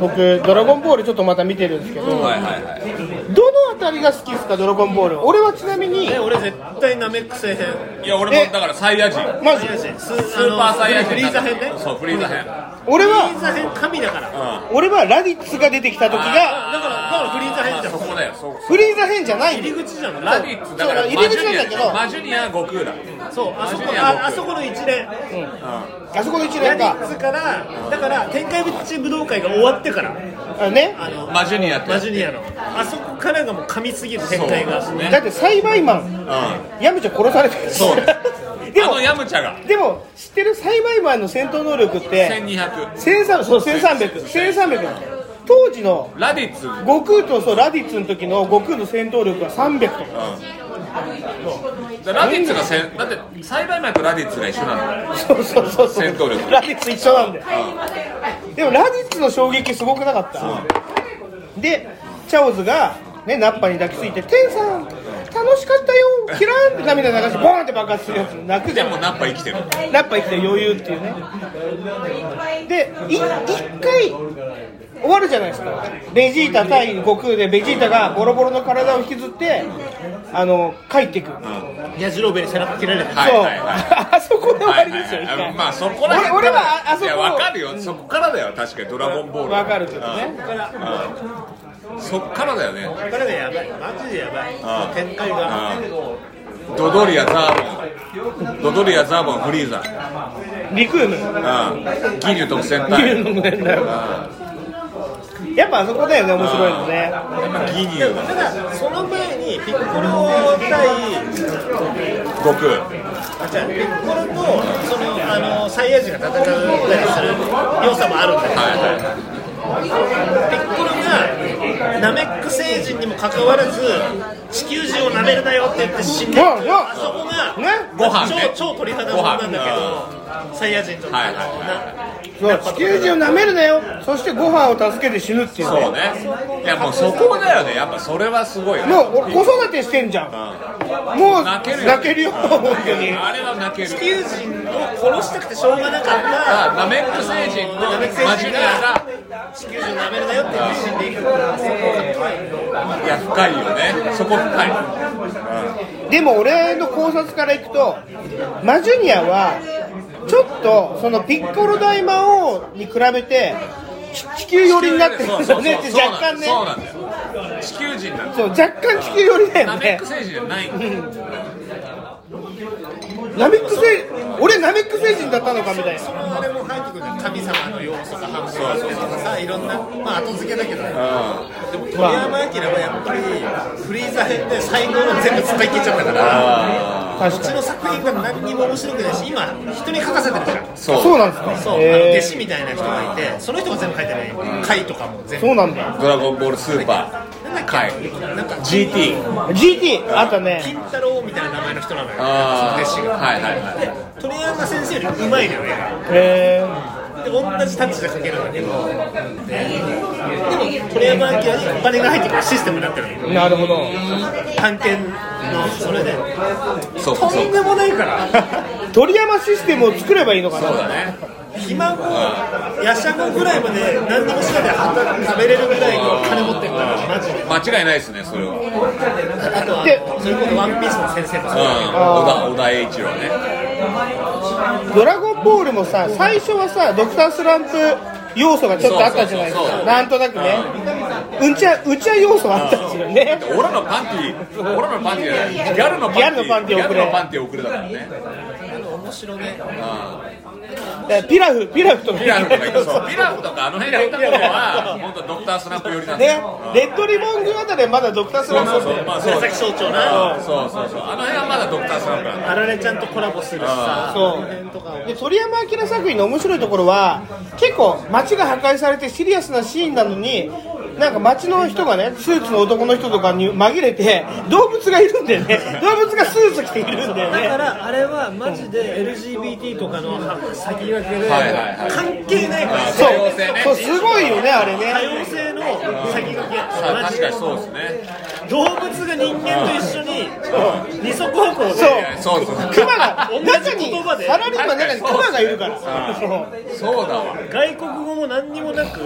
僕「ドラゴンボール」ちょっとまた見てるんですけど、
はいはいはい
どのあたりが好きですか「ドラゴンボール」俺はちなみに
え俺絶対ナメック星編
いや俺もだからサイヤ人
マジ
ス
スーパーサイヤ人
フリーザ編ね
そうフリーザ編
俺は
フリーザ編神だからだか
俺はラディッツが出てきた時が
らだからフリーザ編じゃん
そこだよそう
フリーザ編じゃない
入り口じゃん
ラディッツだから
そう
マジ
入り口
ュ
なんだけ
ニア
ど
マジュニア悟空だ
そうあそこ
マジでや
ああそこの一連
あそこの一
ラ
連
ディ
が
ッツからだから天界チ武道会が終わってから
あね
マジュニア
マジュニアのあそこからがもう神すぎる展開が
そう
だって栽培マ
う
ン
んあ
ヤムチャ殺されてる
そう
*laughs* でも
のヤムチャが
でも知ってる栽培マンの戦闘能力って
1200
1300そう1300 1300当時の
ラディッツうん
悟空とそうラディッツの時の悟空の戦闘力は300とか
だからラディッツがせんだって栽培マンとラディッツが一緒なの
そうそうそうそう
戦闘力
ラディッツ一緒なんだよでもラディッツの衝撃すごくなかったでチャオズがねナッパに抱きついて「天さん楽しかったよキラーン!」って涙流してボーンって爆発するやつ泣くじ
で
ゃん
もナッパ生きてる
ナッパ生きて余裕っていうねでい一回終わるじゃないですかベジータ対悟空でベジータがボロボロの体を引きずってあの帰っていく、
矢印に背中切られた
はいはい
そう
はい
あそこで終わりですよ、
はい
一
はいはい
回
まあそこら辺
俺俺はああそこ
いやわかるよそこからだよ確かにドラゴンボール
わかるけどね
だから
そっからだよね
これねやばいマジでやばい展開が
ドドリアザーボンドドリアザーボンフリーザ
リクーム
うんギリュ特戦
ギ
隊
リュ特戦隊やっぱあそこだよね面白いのね
ギリュ
ただその前にピッコロ対
悟空
あじゃあピッコロとそのあのサイヤ人が戦ったりする良さもあるんだけど、ピッコロがナメック星人にもかかわらず地球人を舐めるなよって言って死んでるっていうあそこが、
ご飯ね
超超鳥肌もんなんだけどサイヤ人との
はいはい
そう地球人を舐めるなよそしてご飯を助けて死ぬっていう
そうねいやもうそこだよねやっぱそれはすごいよね
もう俺子育てしてんじゃんもう泣けるよ本当に
あれは泣ける
地球人を殺したくてしょうがなかった
ナメック星人の
ナメック
マジ
星人
ュア
が地球人を舐めるなよって言って死んでいく
いや深いよねそこ深い、
でも俺の考察からいくとマジュニアはちょっとそのピッコロ大魔王に比べてち地球寄りになってる
そ
んだ
うそ
よ
うそう
ねって若干ね
そうなんだよそうなんだよ地球人なんだよ
そう若干地球寄りだよね
ナメック星人じゃない
ナメック星俺ナメック星人だったのかみたいな
あれも入ってくるんだよ神様の要素が反映されてるとかさいろんな、まあ、後付けだけどねでも鳥山明はやっぱりフリーザ編で最高の全部使い切っちゃったからうちの作品が何にも面白くないし今人に書かせてるじゃん
そうそうなんですか
そうあの
へー
弟子みたいな人がいてその人が全部書いてない回とかも全部
そうなんだ
ドラゴンボールスーパーはい
なんか
GT
GT あったね
金太郎みたいな名前の人なのよ
あー
その弟子が
はいはいはい
で鳥山先生よりうまいのよ絵が
へ
で同じタッチで描けるんだけどででも鳥山明にお金が入ってくるシステムになってるの
ーなるほど
探検のそれで
そう
とんでもないから
鳥山システムを作ればいいのかな
ひ孫やしゃごぐらいまで何にもしないで働食べれるぐらいの金持ってるからマジで
間違いないですねそれはうん
あとはそれこそワンピースの先生と
小田小田栄一郎ね
ドラゴンボールもさ最初はさドクタースランプ要素がちょっとあったじゃないです
そうそう
か
そう
なんとなくねうんちゃうんちゃ要素はあったんですよね
俺のパンティ俺のパンティじゃないギャルのパンテ
ギ
ィ
ャルのパンティ
ギャ
送れ
ルのパンティ送れだからね
面白ね
だからピラフピラフとか
ピラフとか行くそうピラフとかあの辺で行った頃は本当ドクタースナップ寄りなんだ
ね
よ
レッドリボン軍あたりはまだドクタース
そ
ラ
う
ンプ
そうそうまあそう
紫象徴な
そうそうそうあの辺はまだドクタースナップなんだ
あられちゃんとコラボするしさ
そうで鳥山明作品の面白いところは結構街が破壊されてシリアスなシーンなのになんか街の人がねスーツの男の人とかに紛れて動物がいるんだよね動物がスーツ着ているんだよ
だか
ね
らあれはマジで LGBT とかの先駆けで
はいはいはい
関係ないから
そう
多様性ね
そうすごいよねあれ
多
ね
様性の先駆け
さあ
マジ
確
で
かにそうですね
動物が人間と一緒に二足歩
そ
行
う
そう
で
そう
クマが
同じ
中に
言葉で
サラリーマンの中にクマがいるからそう
そうだわ
外国語も何にもなく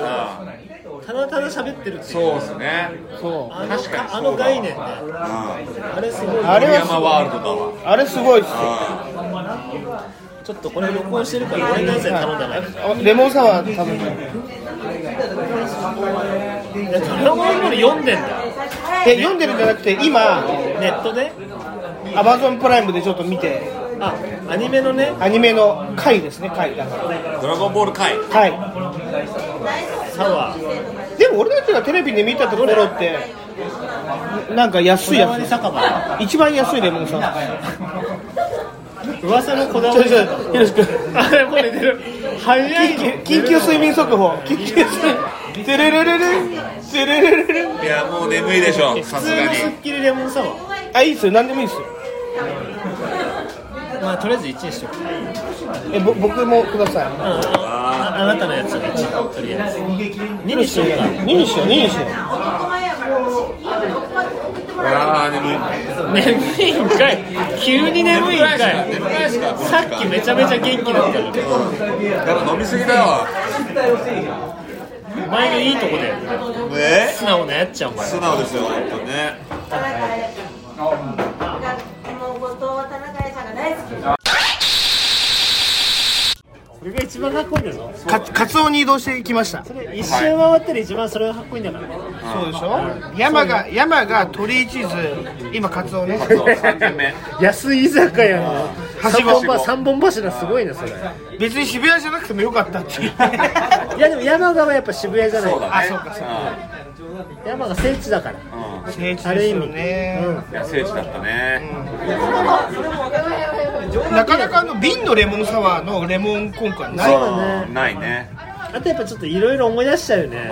ただただ喋ってるっていう
そうですね
そう
あのあの概念ねあれすごい
あれ
鳥
はす
山ワールドだわ
あれすごいっすよ
ちょっとこれ録音してるから俺のやつで頼んだな
あレモンサワー食べて
いやドラゴンボール読んでんだ
で読んでるんじゃなくて今
ネットで
アマゾンプライムでちょっと見て
あアニメのね
アニメの回ですね回だから
ドラゴンボール回
は
サワー
いでも俺たちがテレビで見たところってなんか安い
こだわり
や
酒場
つ一番安いレモンサワー
噂のこだわ
ちょ
り
ちょよろしく
あれもう寝てる早いの
緊急緊急睡眠速報緊急睡眠テレレレレンテレレレレン
いやもう眠いでしょさ
普
す
通
が
の
に
スッキリレモンサワー
あいいっすよ何でもいいっすよ
まあとりあえず1にしとくうん
えぼ僕もください
ああなたのやつが1とりあえず2にしようか
2にしよう2にしよ
あー眠い
眠いんかい急に眠いんかい
眠くないですか
さっきめちゃめちゃ元気だったの
だから飲みすぎだわ
お前のいいとこだよ
え
素直なやっちゃうお前
素直ですよ本当ね
それが一番かっこいいんだぞ
うかカツオに移動してきました
一周回ったら一番それがかっこいいんだから
そうでしょ山が山が鳥一図今カツオね
安い居酒屋の
は
三
しご
本柱三本柱すごいねそれ
別に渋谷じゃなくてもよかったっていう
いやでも山田はやっぱ渋谷じゃない
あそうかそうか
山が聖地だから
聖地
ある
で
意
すよ
味
ね
いや聖地だったね
なかなかあの瓶のレモンサワーのレモン今回ない
そうだね
ないね
あとやっぱちょっといろいろ思い出しちゃうよね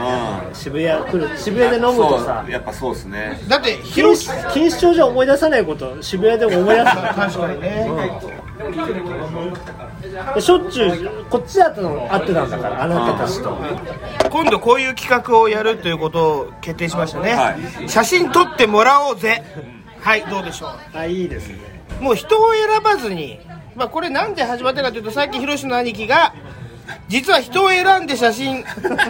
渋谷来る渋谷で飲むとさ
そうやっぱそうですね
だって
錦糸町じゃ思い出さないこと渋谷でも思い出すから
確かにね
しょっちゅうこっちだったの会ってたんだからあなたたちと
今度こういう企画をやるということを決定しましたね、
はい
写真撮ってもらおうぜはいどうでしょう
あいいですね
もう人を選ばずに、まあ、これなんで始まったかというとさっきヒロシの兄貴が実は人を選んで写真
*laughs*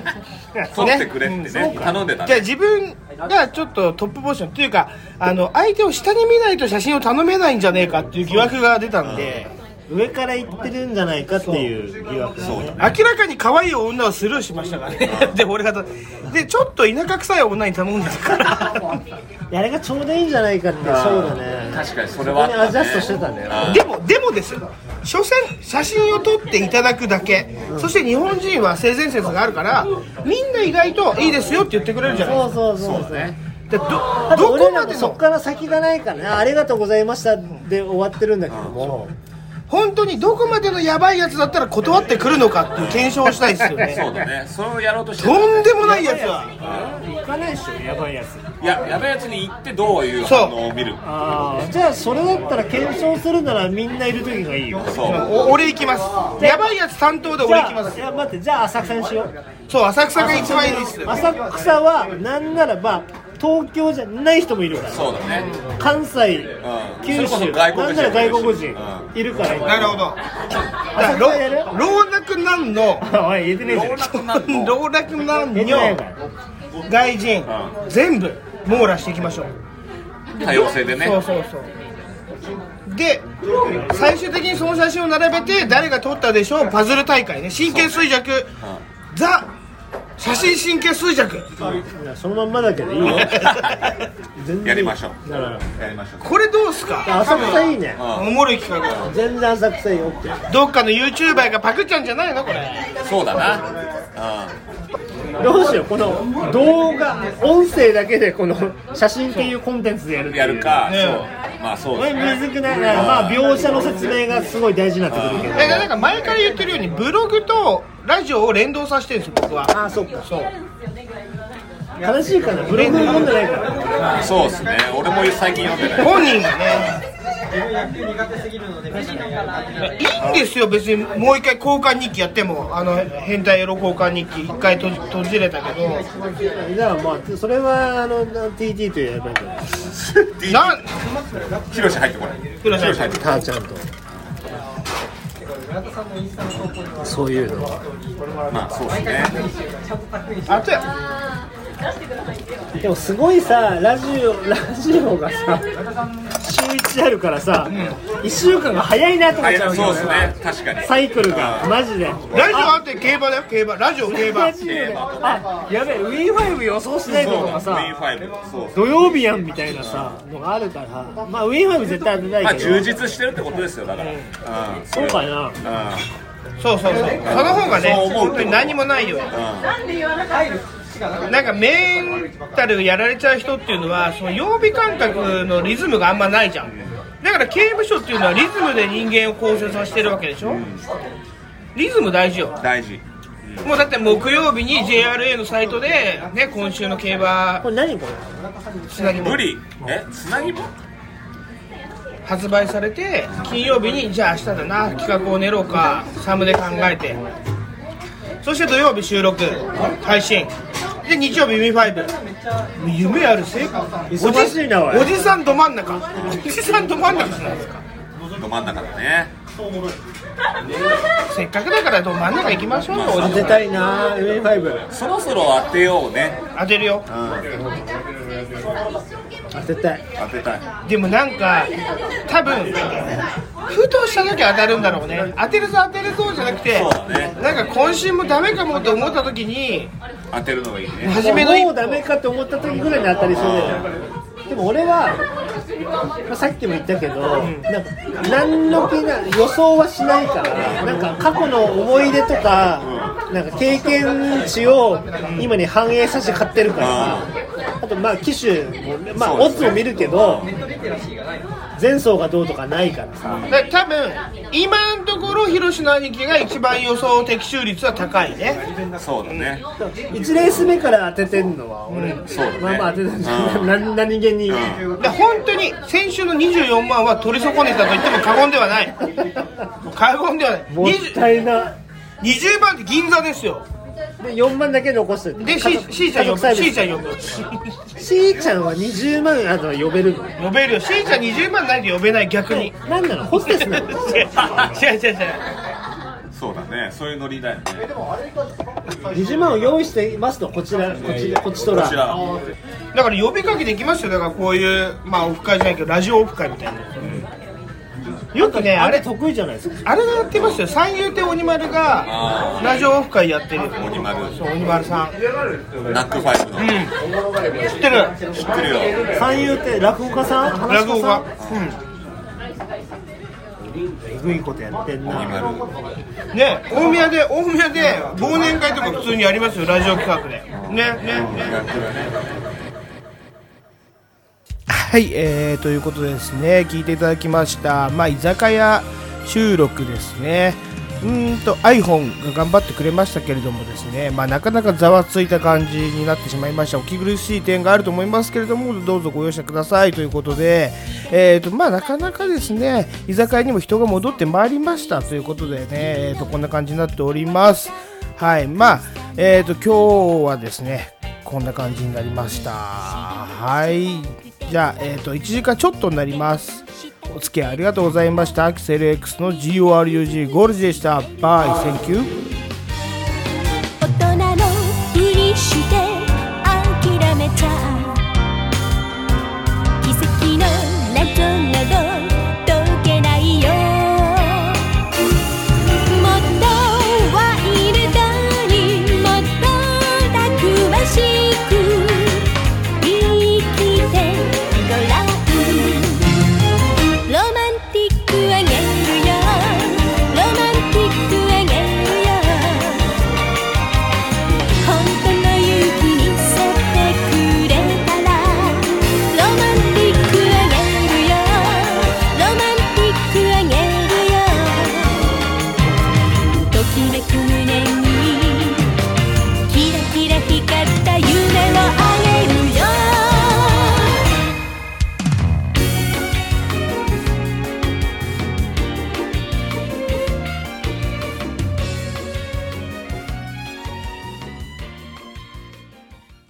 撮ってくれってね頼んでた
じゃあ
ね
自分がちょっとトップポジションというかあの相手を下に見ないと写真を頼めないんじゃねえかっていう疑惑が出たんで
上から行ってるんじゃないかっていう疑惑そう
明らかに可愛い女をスルーしましたか
*laughs*
らねで俺がとでちょっと田舎臭い女に頼んでたから
*laughs* あれがちょうどいいんじゃないかってそうだね
確かにそ
そ
れ
こ
はあ
に
ったね
アジャストしてたね
でもでもですよ所詮写真を撮っていただくだけ、そして日本人は性善説があるからみんな意外といいですよって言ってくれるじゃないですか
そうそうそうそうね
でど
あと俺らもそっから先がないからねありがとうございましたで終わってるんだけども
本当にどこまでのヤバいやつだったら断ってくるのかっていう検証をしたいです
*laughs*
よね
そうだねそれをやろうとしてた
とんでもないやつは
行かないでしょやばいやつ
いややべえやつに行ってどういう反応を見る
あじゃあそれだったら検証するならみんないる時がいいよ
お俺行きますヤバいやつ担当で俺行きます
いや待ってじゃあ浅草にしよう
そう浅草が一番いいですよ
浅草はなんならば東京じゃない人もいるから
そうだね
関西
そ
九
れこ
州
そ外国
なん
人
なら外国人
う
いるから
なるほど
浅草やる
老若男の
*laughs* *laughs* おい言えてねえじゃん
老若男
言えて
女
ないから
外人、全部網羅していきましょう
多様性でね
そうそうそうで最終的にその写真を並べて誰が撮ったでしょうパズル大会ね神経衰弱、ザ写真神経衰弱、
いやそのまんまだけどいい
*laughs*
よ
やりましょう
だから
やりましょう
これどうすか
浅草いいね
多分おもろい企画
全然浅草いいよ OK
どっかの YouTuber がパクっちゃうんじゃないのこれ
そうだな
どうしようこの動画音声だけでこの写真っていうコンテンツでやるっ
うん
ていう
やるか
ね
そうまあそう
こ
だ
れ
ね
むずくないまあ描写の説明がすごい大事になってくるけど
えなんか前から言ってるようにブログとラジオを連動させてるんですよ僕は
ああそっかそう悲しいかなブログ読んでないから
そうですね俺も最近読んでない
本人がねいいんですよ別にもう一回交換日記やってもあの変態エロ交換日記一回閉じ閉じれたけど
じゃあまあそれはあの TT とやればいいんじゃない
なん
ヒロシ入ってこない
ヒロシ入ってこな
タ
い
ーちゃんとそういうの
まあそうですね
あとや
でもすごいさラジオラジオがさ週一あるからさ一週間が早いなと思っちゃう
そうです
よ
ね確かに
サイクルがマジで
ラジオあって競馬だよ競馬ラジオ競馬
マジであやべえ W5 予想してないことがさ
V5 そう
土曜日やんみたいなさのがあるからまあ W5 絶対当て
ま
た
あ
いけ
充
ど
実してるってことですよだからうん
そうかな
うん
そうそうそうその方がね
そう思うと
本当に何もないよ
なんで言わなかった
なんかメンタルやられちゃう人っていうのはその曜日感覚のリズムがあんまないじゃんだから刑務所っていうのはリズムで人間を構成させてるわけでしょ、リズム大事よ
大事
もうだって木曜日に JRA のサイトで、ね、今週の競馬
これ何これ
つなぎも
無理えつなぎも
発売されて金曜日にじゃあ明日だな企画を練ろうかサムで考えてそして土曜日収録配信で日曜日ミファイブ夢あるせ
忙しいなおい
おじさんど真ん中おじさんど真ん中じゃないですか
ど真ん中だね
せっかくだからど真ん中行きましょうよお
当
じ
て
さん
たいな W5
そろそろ当てようね
当てるよ
当てたい
当てたい
でもなんか多分ふとした時当たるんだろうね当てるぞ当てるぞじゃなくて
そうだね
なんか今週もダメかもと思った時に
当てるのがいいね
初めのもうダメかって思った時ぐらいに当たりそうだよねでも俺は、まあ、さっきも言ったけど、なんか何の気な予想はしないからなんか過去の思い出とかなんか経験値を今に反映させて買ってるからあとまあ機種もね、まあ、オッズも見るけど前走がどうとかないからさ
で多分今のところ広ロの兄貴が一番予想的中率は高いね
そうだね
1レース目から当ててんのは俺、まあまあ当てたんじゃない何何気に、
で本当に先週の24万は取り損ねたと言っても過言ではない過言ではない
もったいな
20番って銀座ですよ
で4万だけ残す
で C, C ちゃん呼ぶ C ちゃん呼ぶ
C ちゃんは20万あとは呼べるの
呼べるよ C ちゃん20万ないと呼べない逆に
何なのホステスな
*laughs*
の
違う違う違う違う
そうだねそういうノリだよね
20万を用意していますとこちらこちらこちと
こちら
ら
だから呼びかけていきますよだからこういうまあオフ会じゃないけどラジオオフ会みたいな、よくねあれ
得意じゃないですか
あれがやってますよ三遊亭鬼丸がラジオオフ会やってる
鬼丸
そう鬼丸さん
ナックファイブの
知ってる
知ってるよ
三遊亭落語家さん話
落語
家
家
さ
うん
んえぐいことやってんな
ね大宮で大宮で忘年会とか普通にやりますよラジオ企画でねね
はい、えー、ということでですね、聞いていただきました、まあ、居酒屋収録ですね。うーんと iPhone が頑張ってくれましたけれどもですね、まあ、なかなかざわついた感じになってしまいましたお聞き苦しい点があると思いますけれどもどうぞご容赦くださいということで、えーとまあ、なかなかですね居酒屋にも人が戻ってまいりましたということでね、えーとこんな感じになっておりますはいまあえーと今日はですねこんな感じになりましたはいじゃあ、えー、と1時間ちょっとになりますお付き合いありがとうございましたアクセル X の GORUG ゴールジでしたバイセンキュー
大人のふりして諦めた奇跡の謎など解けないよもっとワイルドにもっとたくましく生きてごらんロマンティックあげるよロマンティックあげるよ「本当の勇気見せてくれたら」「ロマンティックあげるよロマンティックあげるよ」「ときめく胸に